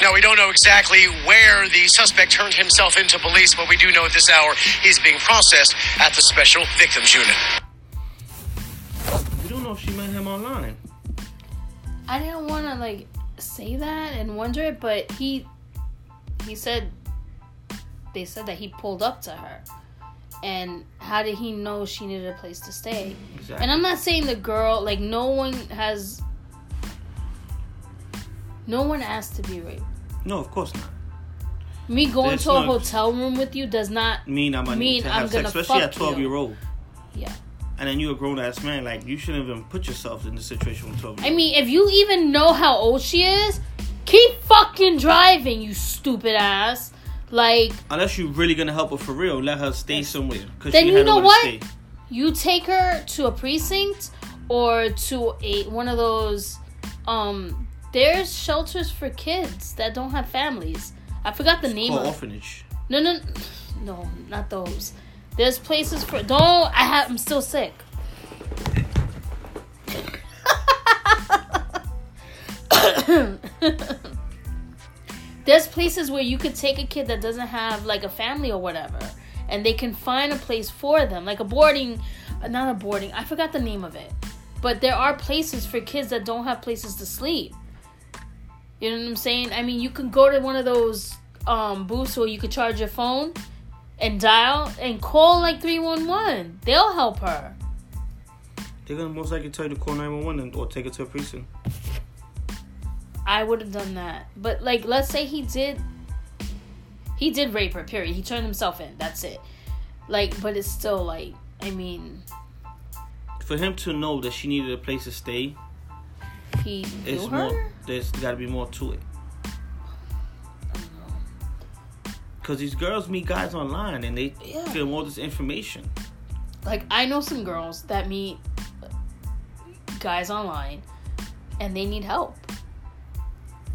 [SPEAKER 7] Now, we don't know exactly where the suspect turned himself into police, but we do know at this hour he's being processed at the Special Victims Unit.
[SPEAKER 2] We don't know if she met him online.
[SPEAKER 1] I didn't want to like say that and wonder it, but he he said they said that he pulled up to her. And how did he know she needed a place to stay?
[SPEAKER 2] Exactly.
[SPEAKER 1] And I'm not saying the girl like no one has no one asked to be raped.
[SPEAKER 2] no, of course not.
[SPEAKER 1] Me going
[SPEAKER 2] That's
[SPEAKER 1] to a
[SPEAKER 2] not-
[SPEAKER 1] hotel room with you does not
[SPEAKER 2] Mean I'm gonna
[SPEAKER 1] Mean
[SPEAKER 2] need to
[SPEAKER 1] I'm
[SPEAKER 2] have
[SPEAKER 1] gonna
[SPEAKER 2] sex, especially
[SPEAKER 1] fuck
[SPEAKER 2] at 12
[SPEAKER 1] you.
[SPEAKER 2] year old.
[SPEAKER 1] yeah.
[SPEAKER 2] And then you a grown ass man. Like you shouldn't even put yourself in the situation with 12 year
[SPEAKER 1] I mean, if you even know how old she is, keep fucking driving, you stupid ass. Like,
[SPEAKER 2] Unless you're really gonna help her for real, let her stay somewhere. Cause
[SPEAKER 1] Then
[SPEAKER 2] she
[SPEAKER 1] you
[SPEAKER 2] had
[SPEAKER 1] know
[SPEAKER 2] nowhere
[SPEAKER 1] what?
[SPEAKER 2] to Stay.
[SPEAKER 1] you take her to a precinct or to a one of those um there's shelters for kids that don't have families. I forgot the name
[SPEAKER 2] Or
[SPEAKER 1] of
[SPEAKER 2] orphanage.
[SPEAKER 1] No, no, no, not those. There's places for don't. I have. I'm still sick. There's places where you could take a kid that doesn't have like a family or whatever, and they can find a place for them, like a boarding, uh, not a boarding. I forgot the name of it, but there are places for kids that don't have places to sleep. You know what I'm saying? I mean, you can go to one of those um booths where you could charge your phone and dial and call like 311. They'll help her.
[SPEAKER 2] They're gonna most likely tell you to call 911 and- or take her to a precinct.
[SPEAKER 1] I would have done that. But like let's say he did he did rape her, period. He turned himself in. That's it. Like but it's still like I mean,
[SPEAKER 2] For him to know that she needed a place to stay,
[SPEAKER 1] he knew
[SPEAKER 2] it's
[SPEAKER 1] her.
[SPEAKER 2] more. There's gotta be more to it. Cause these girls meet guys online and they
[SPEAKER 1] Yeah.
[SPEAKER 2] give them all this information.
[SPEAKER 1] like I know some girls that meet guys online and they need help.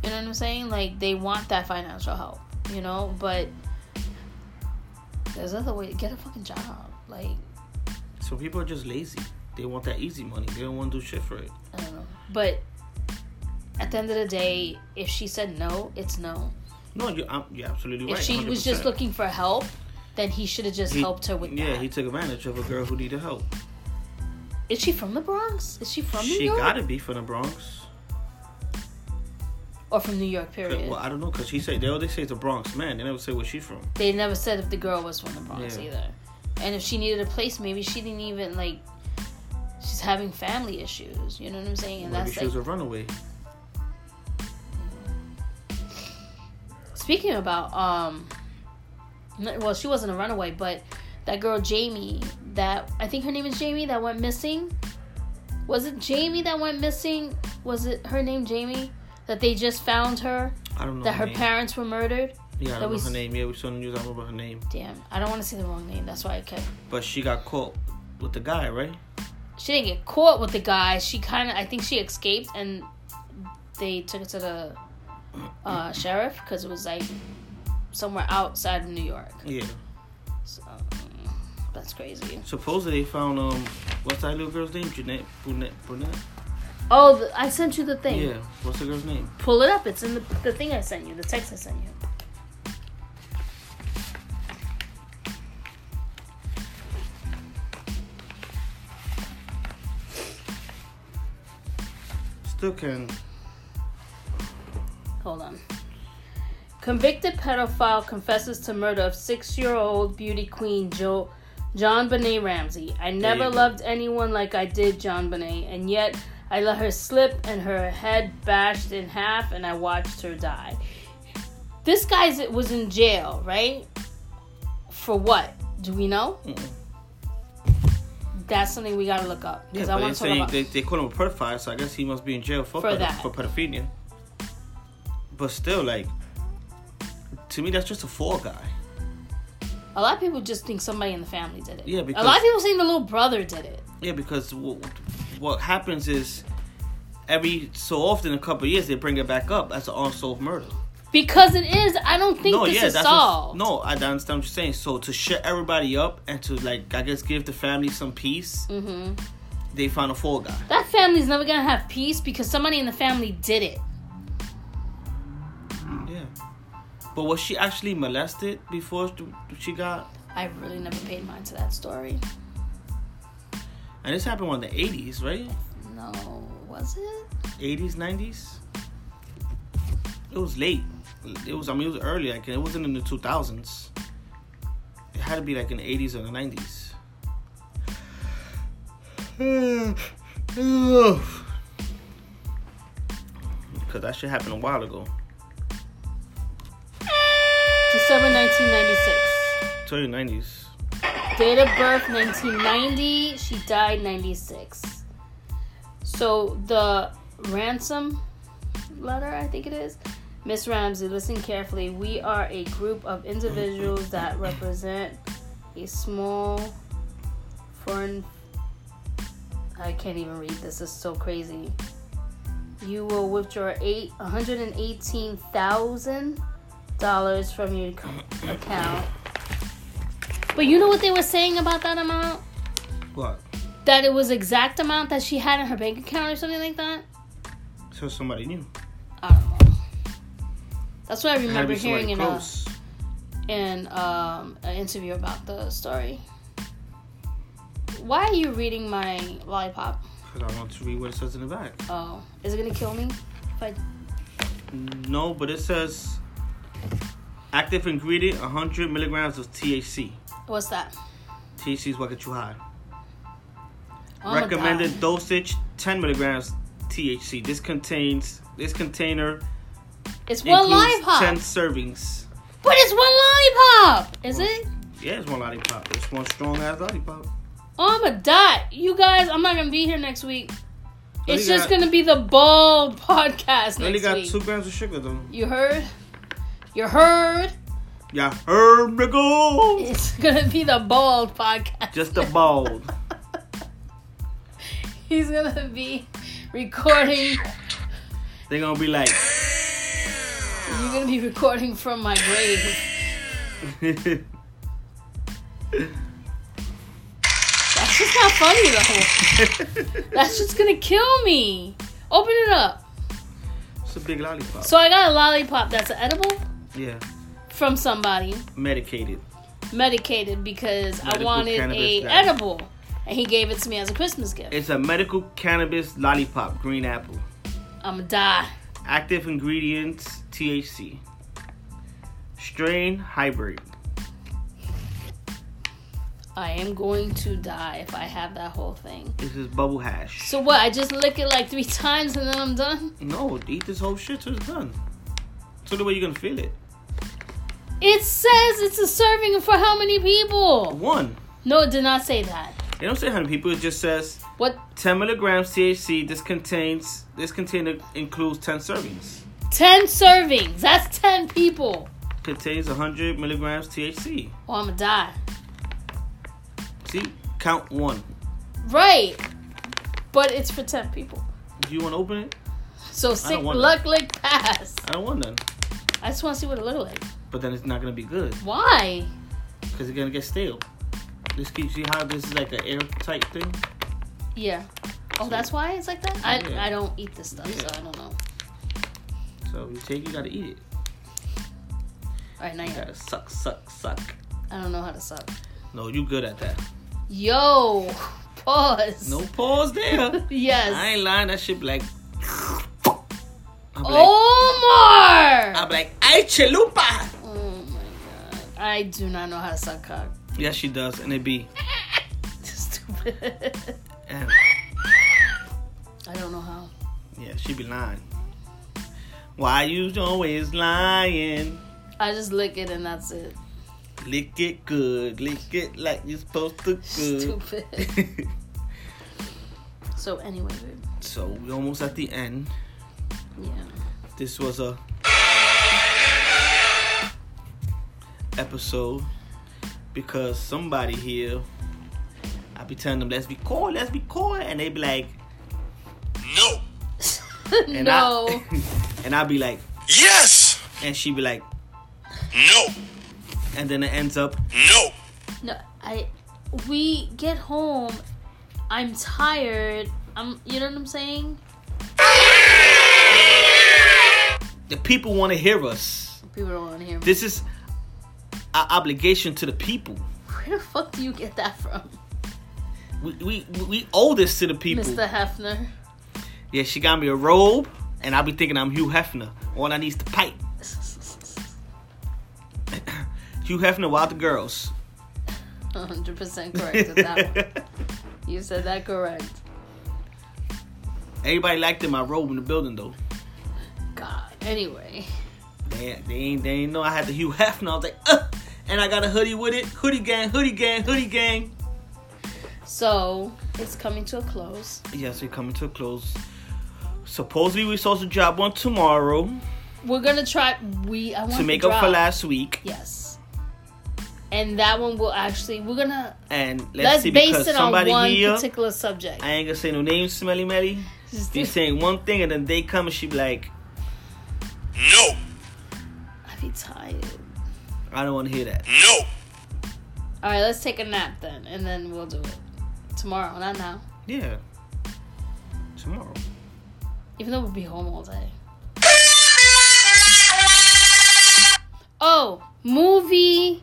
[SPEAKER 1] You know what I'm saying? Like they want that financial help, you know, but there's other way get a fucking job. Like
[SPEAKER 2] So people are just lazy. They want that easy money. They don't want to do shit for it.
[SPEAKER 1] I don't know. But at the end of the day, if she said no, it's no.
[SPEAKER 2] No, you, I'm, you're absolutely right.
[SPEAKER 1] if she was just
[SPEAKER 2] 100%.
[SPEAKER 1] looking for help, then he should have just
[SPEAKER 2] He-
[SPEAKER 1] helped her with
[SPEAKER 2] yeah,
[SPEAKER 1] that.
[SPEAKER 2] he took advantage of a girl who needed help.
[SPEAKER 1] Is she from the Bronx? Is she from New
[SPEAKER 2] she
[SPEAKER 1] York?
[SPEAKER 2] gotta be from the Bronx.
[SPEAKER 1] Or from New York, period.
[SPEAKER 2] Well, I don't know, cause she said they always say it's the Bronx, man. They never say where she from.
[SPEAKER 1] they never said if the girl was from the Bronx
[SPEAKER 2] Yeah.
[SPEAKER 1] either. And if she needed a place, maybe she didn't even like. She's having family issues. You know what I'm saying? And
[SPEAKER 2] Maybe
[SPEAKER 1] that's
[SPEAKER 2] she
[SPEAKER 1] like.
[SPEAKER 2] was a runaway.
[SPEAKER 1] Speaking about um, n- well, she wasn't a runaway, but that girl Jamie, that I think her name is Jamie, that went missing. Was it Jamie that went missing? Was it her name Jamie? That they just found her.
[SPEAKER 2] I don't know.
[SPEAKER 1] That her
[SPEAKER 2] name.
[SPEAKER 1] parents were murdered.
[SPEAKER 2] Yeah,
[SPEAKER 1] that
[SPEAKER 2] I don't know
[SPEAKER 1] was-
[SPEAKER 2] her name. Yeah, we saw the news. I remember her name.
[SPEAKER 1] Damn, I don't want to say the wrong name. That's why I kept
[SPEAKER 2] But she got caught with the guy, right?
[SPEAKER 1] she didn't get caught with the guy. She kind of, I think she escaped, and they took her to the uh, sheriff because it was like somewhere outside of New York.
[SPEAKER 2] Yeah.
[SPEAKER 1] So, that's crazy.
[SPEAKER 2] Supposedly they found um, what's that little girl's name? Jeanette Brunette Brunette.
[SPEAKER 1] Oh, the, I sent you the thing.
[SPEAKER 2] Yeah. What's the girl's name?
[SPEAKER 1] Pull it up. It's in the, the thing I sent you, the text I sent you.
[SPEAKER 2] Still can.
[SPEAKER 1] Hold on. Convicted pedophile confesses to murder of six-year-old beauty queen jo- John Benet Ramsey. I never
[SPEAKER 2] you go.
[SPEAKER 1] loved anyone like I did John Benet, and yet I let her slip and her head bashed in half, and I watched her die. This guy was in jail, right? For what? Do we know? That's something we gotta look up
[SPEAKER 2] Yeah,
[SPEAKER 1] because I
[SPEAKER 2] but
[SPEAKER 1] want
[SPEAKER 2] they're
[SPEAKER 1] to talk
[SPEAKER 2] saying
[SPEAKER 1] about.
[SPEAKER 2] they, they call him a pedophile, so I guess he must be in jail for
[SPEAKER 1] For
[SPEAKER 2] pedo-
[SPEAKER 1] that.
[SPEAKER 2] for pedophilia. But still, like, to me, that's just a fall guy.
[SPEAKER 1] A lot of people just think somebody in the family did it.
[SPEAKER 2] Yeah,
[SPEAKER 1] a lot
[SPEAKER 2] because-
[SPEAKER 1] of people think the little brother did it.
[SPEAKER 2] Yeah, because what, what happens is every so often, a couple of years, they bring it back up as an unsolved murder.
[SPEAKER 1] Because it is. I don't think
[SPEAKER 2] no,
[SPEAKER 1] this
[SPEAKER 2] yeah,
[SPEAKER 1] is
[SPEAKER 2] that's
[SPEAKER 1] solved.
[SPEAKER 2] What, no. I don't understand what you're saying. So to shut everybody up and to like, I guess, give the family some peace.
[SPEAKER 1] Mm.
[SPEAKER 2] Mm-hmm. They found a fall guy.
[SPEAKER 1] That family's never gonna have peace because somebody in the family did it.
[SPEAKER 2] Yeah, But was she actually molested before th- she got?
[SPEAKER 1] I really never paid mind to that story.
[SPEAKER 2] And this happened in the 80s, right?
[SPEAKER 1] No, was it?
[SPEAKER 2] 80s, 90s. It was late. It was. I mean, it was early. Like it wasn't in the 2000s. It had to be like in the 80s or the 90s. Because that shit happened a while ago.
[SPEAKER 1] December 1996.
[SPEAKER 2] Tell you 90s.
[SPEAKER 1] Date of birth 1990. She died 96. So the ransom letter, I think it is. Miss Ramsey, listen carefully. We are a group of individuals that represent a small foreign. I can't even read this. This is so crazy. You will withdraw eight one hundred and eighteen thousand dollars from your ac- account. But you know what they were saying about that amount?
[SPEAKER 2] What?
[SPEAKER 1] That it was exact amount that she had in her bank account or something like that.
[SPEAKER 2] So somebody knew.
[SPEAKER 1] I don't know. That's what I
[SPEAKER 2] It had to
[SPEAKER 1] remember
[SPEAKER 2] be somebody
[SPEAKER 1] hearing in a,
[SPEAKER 2] close.
[SPEAKER 1] in um, an interview about the story. Why are you reading my lollipop?
[SPEAKER 2] Because I want to read what it says in the back.
[SPEAKER 1] Oh, is it gonna kill me? If I
[SPEAKER 2] No, but it says active ingredient 100 milligrams of THC.
[SPEAKER 1] what's that?
[SPEAKER 2] THC is what gets you high.
[SPEAKER 1] Oh, I'm gonna
[SPEAKER 2] Recommended
[SPEAKER 1] die.
[SPEAKER 2] dosage 10 milligrams THC. This contains this container
[SPEAKER 1] It's one
[SPEAKER 2] includes
[SPEAKER 1] lollipop,
[SPEAKER 2] 10 servings.
[SPEAKER 1] but it's one lollipop. Is it?
[SPEAKER 2] Yeah, it's one lollipop. It's one strong ass lollipop.
[SPEAKER 1] Oh, I'm a dot. You guys, I'm not gonna be here next week. It's
[SPEAKER 2] Only
[SPEAKER 1] just
[SPEAKER 2] got-
[SPEAKER 1] gonna be the bald podcast
[SPEAKER 2] Only
[SPEAKER 1] next
[SPEAKER 2] got
[SPEAKER 1] week.
[SPEAKER 2] two grams of sugar though.
[SPEAKER 1] You heard? You heard?
[SPEAKER 2] Yeah, herbical.
[SPEAKER 1] It's gonna be the bald podcast.
[SPEAKER 2] Just a bald.
[SPEAKER 1] He's gonna be recording.
[SPEAKER 2] They're gonna be like.
[SPEAKER 1] You're gonna be recording from my grave. That's just not funny though. That's just gonna kill me. Open it up.
[SPEAKER 2] It's a big lollipop.
[SPEAKER 1] So I got a lollipop that's edible
[SPEAKER 2] yeah,
[SPEAKER 1] from somebody.
[SPEAKER 2] medicated.
[SPEAKER 1] medicated because I
[SPEAKER 2] Medical
[SPEAKER 1] wanted a
[SPEAKER 2] cannabis diet.
[SPEAKER 1] edible, and he gave it to me as a Christmas gift.
[SPEAKER 2] It's a medical cannabis lollipop, green apple.
[SPEAKER 1] I'ma die.
[SPEAKER 2] Active ingredients: THC. Strain hybrid.
[SPEAKER 1] I am going to die if I have that whole thing.
[SPEAKER 2] This is bubble hash.
[SPEAKER 1] So what? I just lick it like three times and then I'm done.
[SPEAKER 2] no, eat this whole shit till it's done. So the way you're gonna feel it.
[SPEAKER 1] It says it's a serving for how many people?
[SPEAKER 2] One.
[SPEAKER 1] No, it did not say that.
[SPEAKER 2] They don't say how many people. It just says
[SPEAKER 1] What?
[SPEAKER 2] 10 milligrams THC. This contains. This container includes 10 servings.
[SPEAKER 1] Ten servings. That's ten people.
[SPEAKER 2] Contains 100 milligrams THC.
[SPEAKER 1] Or I'ma die.
[SPEAKER 2] See, count one.
[SPEAKER 1] Right. But it's for ten people.
[SPEAKER 2] Do you want to open it?
[SPEAKER 1] So sick
[SPEAKER 2] want
[SPEAKER 1] luck lick pass.
[SPEAKER 2] I don't want none.
[SPEAKER 1] I just want to see what it look like.
[SPEAKER 2] But then it's not gonna be good
[SPEAKER 1] Why?
[SPEAKER 2] because it's gonna get stale. This keeps you how this is like an airtight thing.
[SPEAKER 1] Yeah. Oh, that's why it's like that. I
[SPEAKER 2] Yeah.
[SPEAKER 1] I don't eat this stuff, so
[SPEAKER 2] Yeah.
[SPEAKER 1] I don't know.
[SPEAKER 2] So you take, you gotta eat it.
[SPEAKER 1] All right, now you
[SPEAKER 2] You
[SPEAKER 1] got
[SPEAKER 2] gotta suck, suck, suck.
[SPEAKER 1] I don't know how to suck.
[SPEAKER 2] No, you good at that.
[SPEAKER 1] Yo, pause.
[SPEAKER 2] No pause there.
[SPEAKER 1] Yes.
[SPEAKER 2] I ain't lying. That shit be like. I'll be
[SPEAKER 1] Oh.
[SPEAKER 2] like, I'll
[SPEAKER 1] Omar.
[SPEAKER 2] be like, ay chalupa.
[SPEAKER 1] Oh my god. I do not know how to suck cock.
[SPEAKER 2] Yes, she does, and it be.
[SPEAKER 1] Stupid.
[SPEAKER 2] and-
[SPEAKER 1] I don't know how.
[SPEAKER 2] yeah, she be lying. Why you always lying?
[SPEAKER 1] I just lick it and that's it.
[SPEAKER 2] Lick it good, lick it like you're supposed to good.
[SPEAKER 1] Stupid. so anyway, babe.
[SPEAKER 2] so we almost at the end.
[SPEAKER 1] Yeah.
[SPEAKER 2] This was a episode because somebody here I be telling them let's record, let's record, and they be like,
[SPEAKER 3] No.
[SPEAKER 2] and
[SPEAKER 1] no.
[SPEAKER 2] I and I be like,
[SPEAKER 3] Yes.
[SPEAKER 2] and she be like,
[SPEAKER 3] No.
[SPEAKER 2] and then it ends up
[SPEAKER 3] No.
[SPEAKER 1] No, I. We get home. I'm tired. I'm. You know what I'm saying?
[SPEAKER 2] the people want to hear us.
[SPEAKER 1] People don't want to hear me.
[SPEAKER 2] This is our obligation to the people.
[SPEAKER 1] Where the fuck do you get that from,
[SPEAKER 2] We, we, we owe this to the people.
[SPEAKER 1] Mr. Hefner?
[SPEAKER 2] Yeah, she got me a robe, and I be thinking I'm Hugh Hefner. All I need is the pipe. Hugh Hefner, wild the girls.
[SPEAKER 1] 100% correct with that one. You said that correct.
[SPEAKER 2] Everybody liked in my robe in the building though.
[SPEAKER 1] God. Anyway,
[SPEAKER 2] They, they ain't they ain't know I had the Hugh Hefner. I was like, uh, and I got a hoodie with it. Hoodie gang, hoodie gang, hoodie gang.
[SPEAKER 1] so it's coming to a close.
[SPEAKER 2] Yes, we're coming to a close. Supposedly we're supposed to drop one tomorrow
[SPEAKER 1] We're gonna try. We I want
[SPEAKER 2] to make up for
[SPEAKER 1] drop.
[SPEAKER 2] last week.
[SPEAKER 1] Yes. And that one will actually we're gonna
[SPEAKER 2] And let's,
[SPEAKER 1] let's,
[SPEAKER 2] see
[SPEAKER 1] base
[SPEAKER 2] because
[SPEAKER 1] it on
[SPEAKER 2] somebody
[SPEAKER 1] one
[SPEAKER 2] here.
[SPEAKER 1] particular subject.
[SPEAKER 2] I ain't gonna say no names, Smelly Melly.
[SPEAKER 1] Just
[SPEAKER 2] They
[SPEAKER 1] do-
[SPEAKER 2] saying one thing and then they come and she be like,
[SPEAKER 3] No.
[SPEAKER 1] I be tired.
[SPEAKER 2] I don't want to hear that.
[SPEAKER 3] No.
[SPEAKER 1] All right, let's take a nap then, and then we'll do it tomorrow, not now.
[SPEAKER 2] Yeah. Tomorrow.
[SPEAKER 1] Even though we'll be home all day. Oh, movie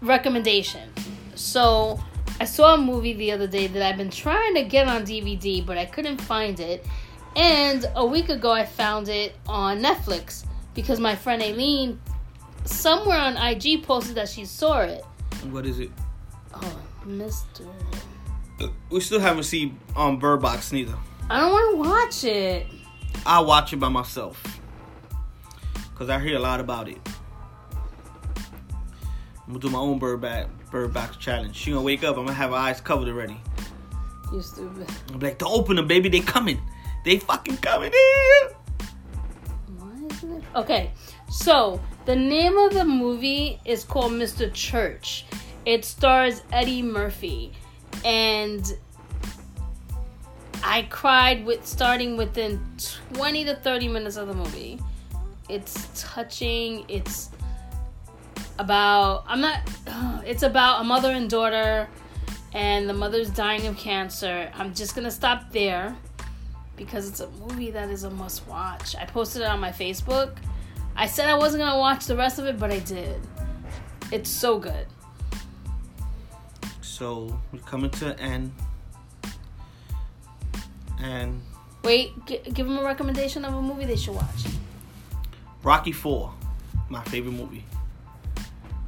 [SPEAKER 1] recommendation. So, I saw a movie the other day that I've been trying to get on DVD, but I couldn't find it. And a week ago, I found it on Netflix because my friend Aileen, somewhere on IG, posted that she saw it.
[SPEAKER 2] What is it?
[SPEAKER 1] Oh, Mr.
[SPEAKER 2] We still haven't seen um Bird Box neither.
[SPEAKER 1] I don't want to watch it.
[SPEAKER 2] I watch it by myself. Cause I hear a lot about it. I'm gonna do my own bird back bird box challenge. She gonna wake up, I'm gonna have her eyes covered already.
[SPEAKER 1] You stupid.
[SPEAKER 2] I'm like, don't open them, baby, they coming. They fucking coming in.
[SPEAKER 1] Why isn't it- Okay, so the name of the movie is called Mr. Church. It stars Eddie Murphy, and I cried with starting within 20 to 30 minutes of the movie. It's touching. It's about I'm not. It's about a mother and daughter, and the mother's dying of cancer. I'm just gonna stop there because it's a movie that is a must watch. I posted it on my Facebook. I said I wasn't gonna watch the rest of it, but I did. It's so good.
[SPEAKER 2] So we're coming to an end. And
[SPEAKER 1] Wait, g- give them a recommendation of a movie they should watch.
[SPEAKER 2] Rocky Four, my favorite movie.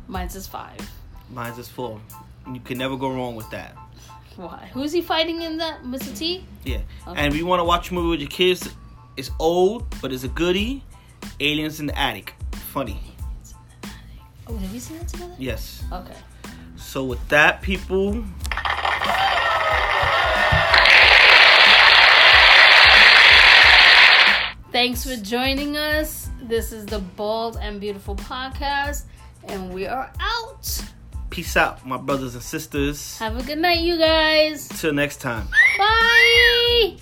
[SPEAKER 1] Mine's is five.
[SPEAKER 2] Mine's is four. You can never go wrong with that.
[SPEAKER 1] Why? Who's he fighting in that? Mr. T?
[SPEAKER 2] Yeah.
[SPEAKER 1] Okay.
[SPEAKER 2] And if you want to watch a movie with your kids, it's old, but it's a goodie. Aliens in the Attic. Funny.
[SPEAKER 1] Oh, did we see that together?
[SPEAKER 2] Yes.
[SPEAKER 1] Okay.
[SPEAKER 2] So with that, people.
[SPEAKER 1] Thanks for joining us. This is the Bald and Beautiful podcast, and we are out.
[SPEAKER 2] Peace out, my brothers and sisters.
[SPEAKER 1] Have a good night, you guys.
[SPEAKER 2] Till next time.
[SPEAKER 1] Bye.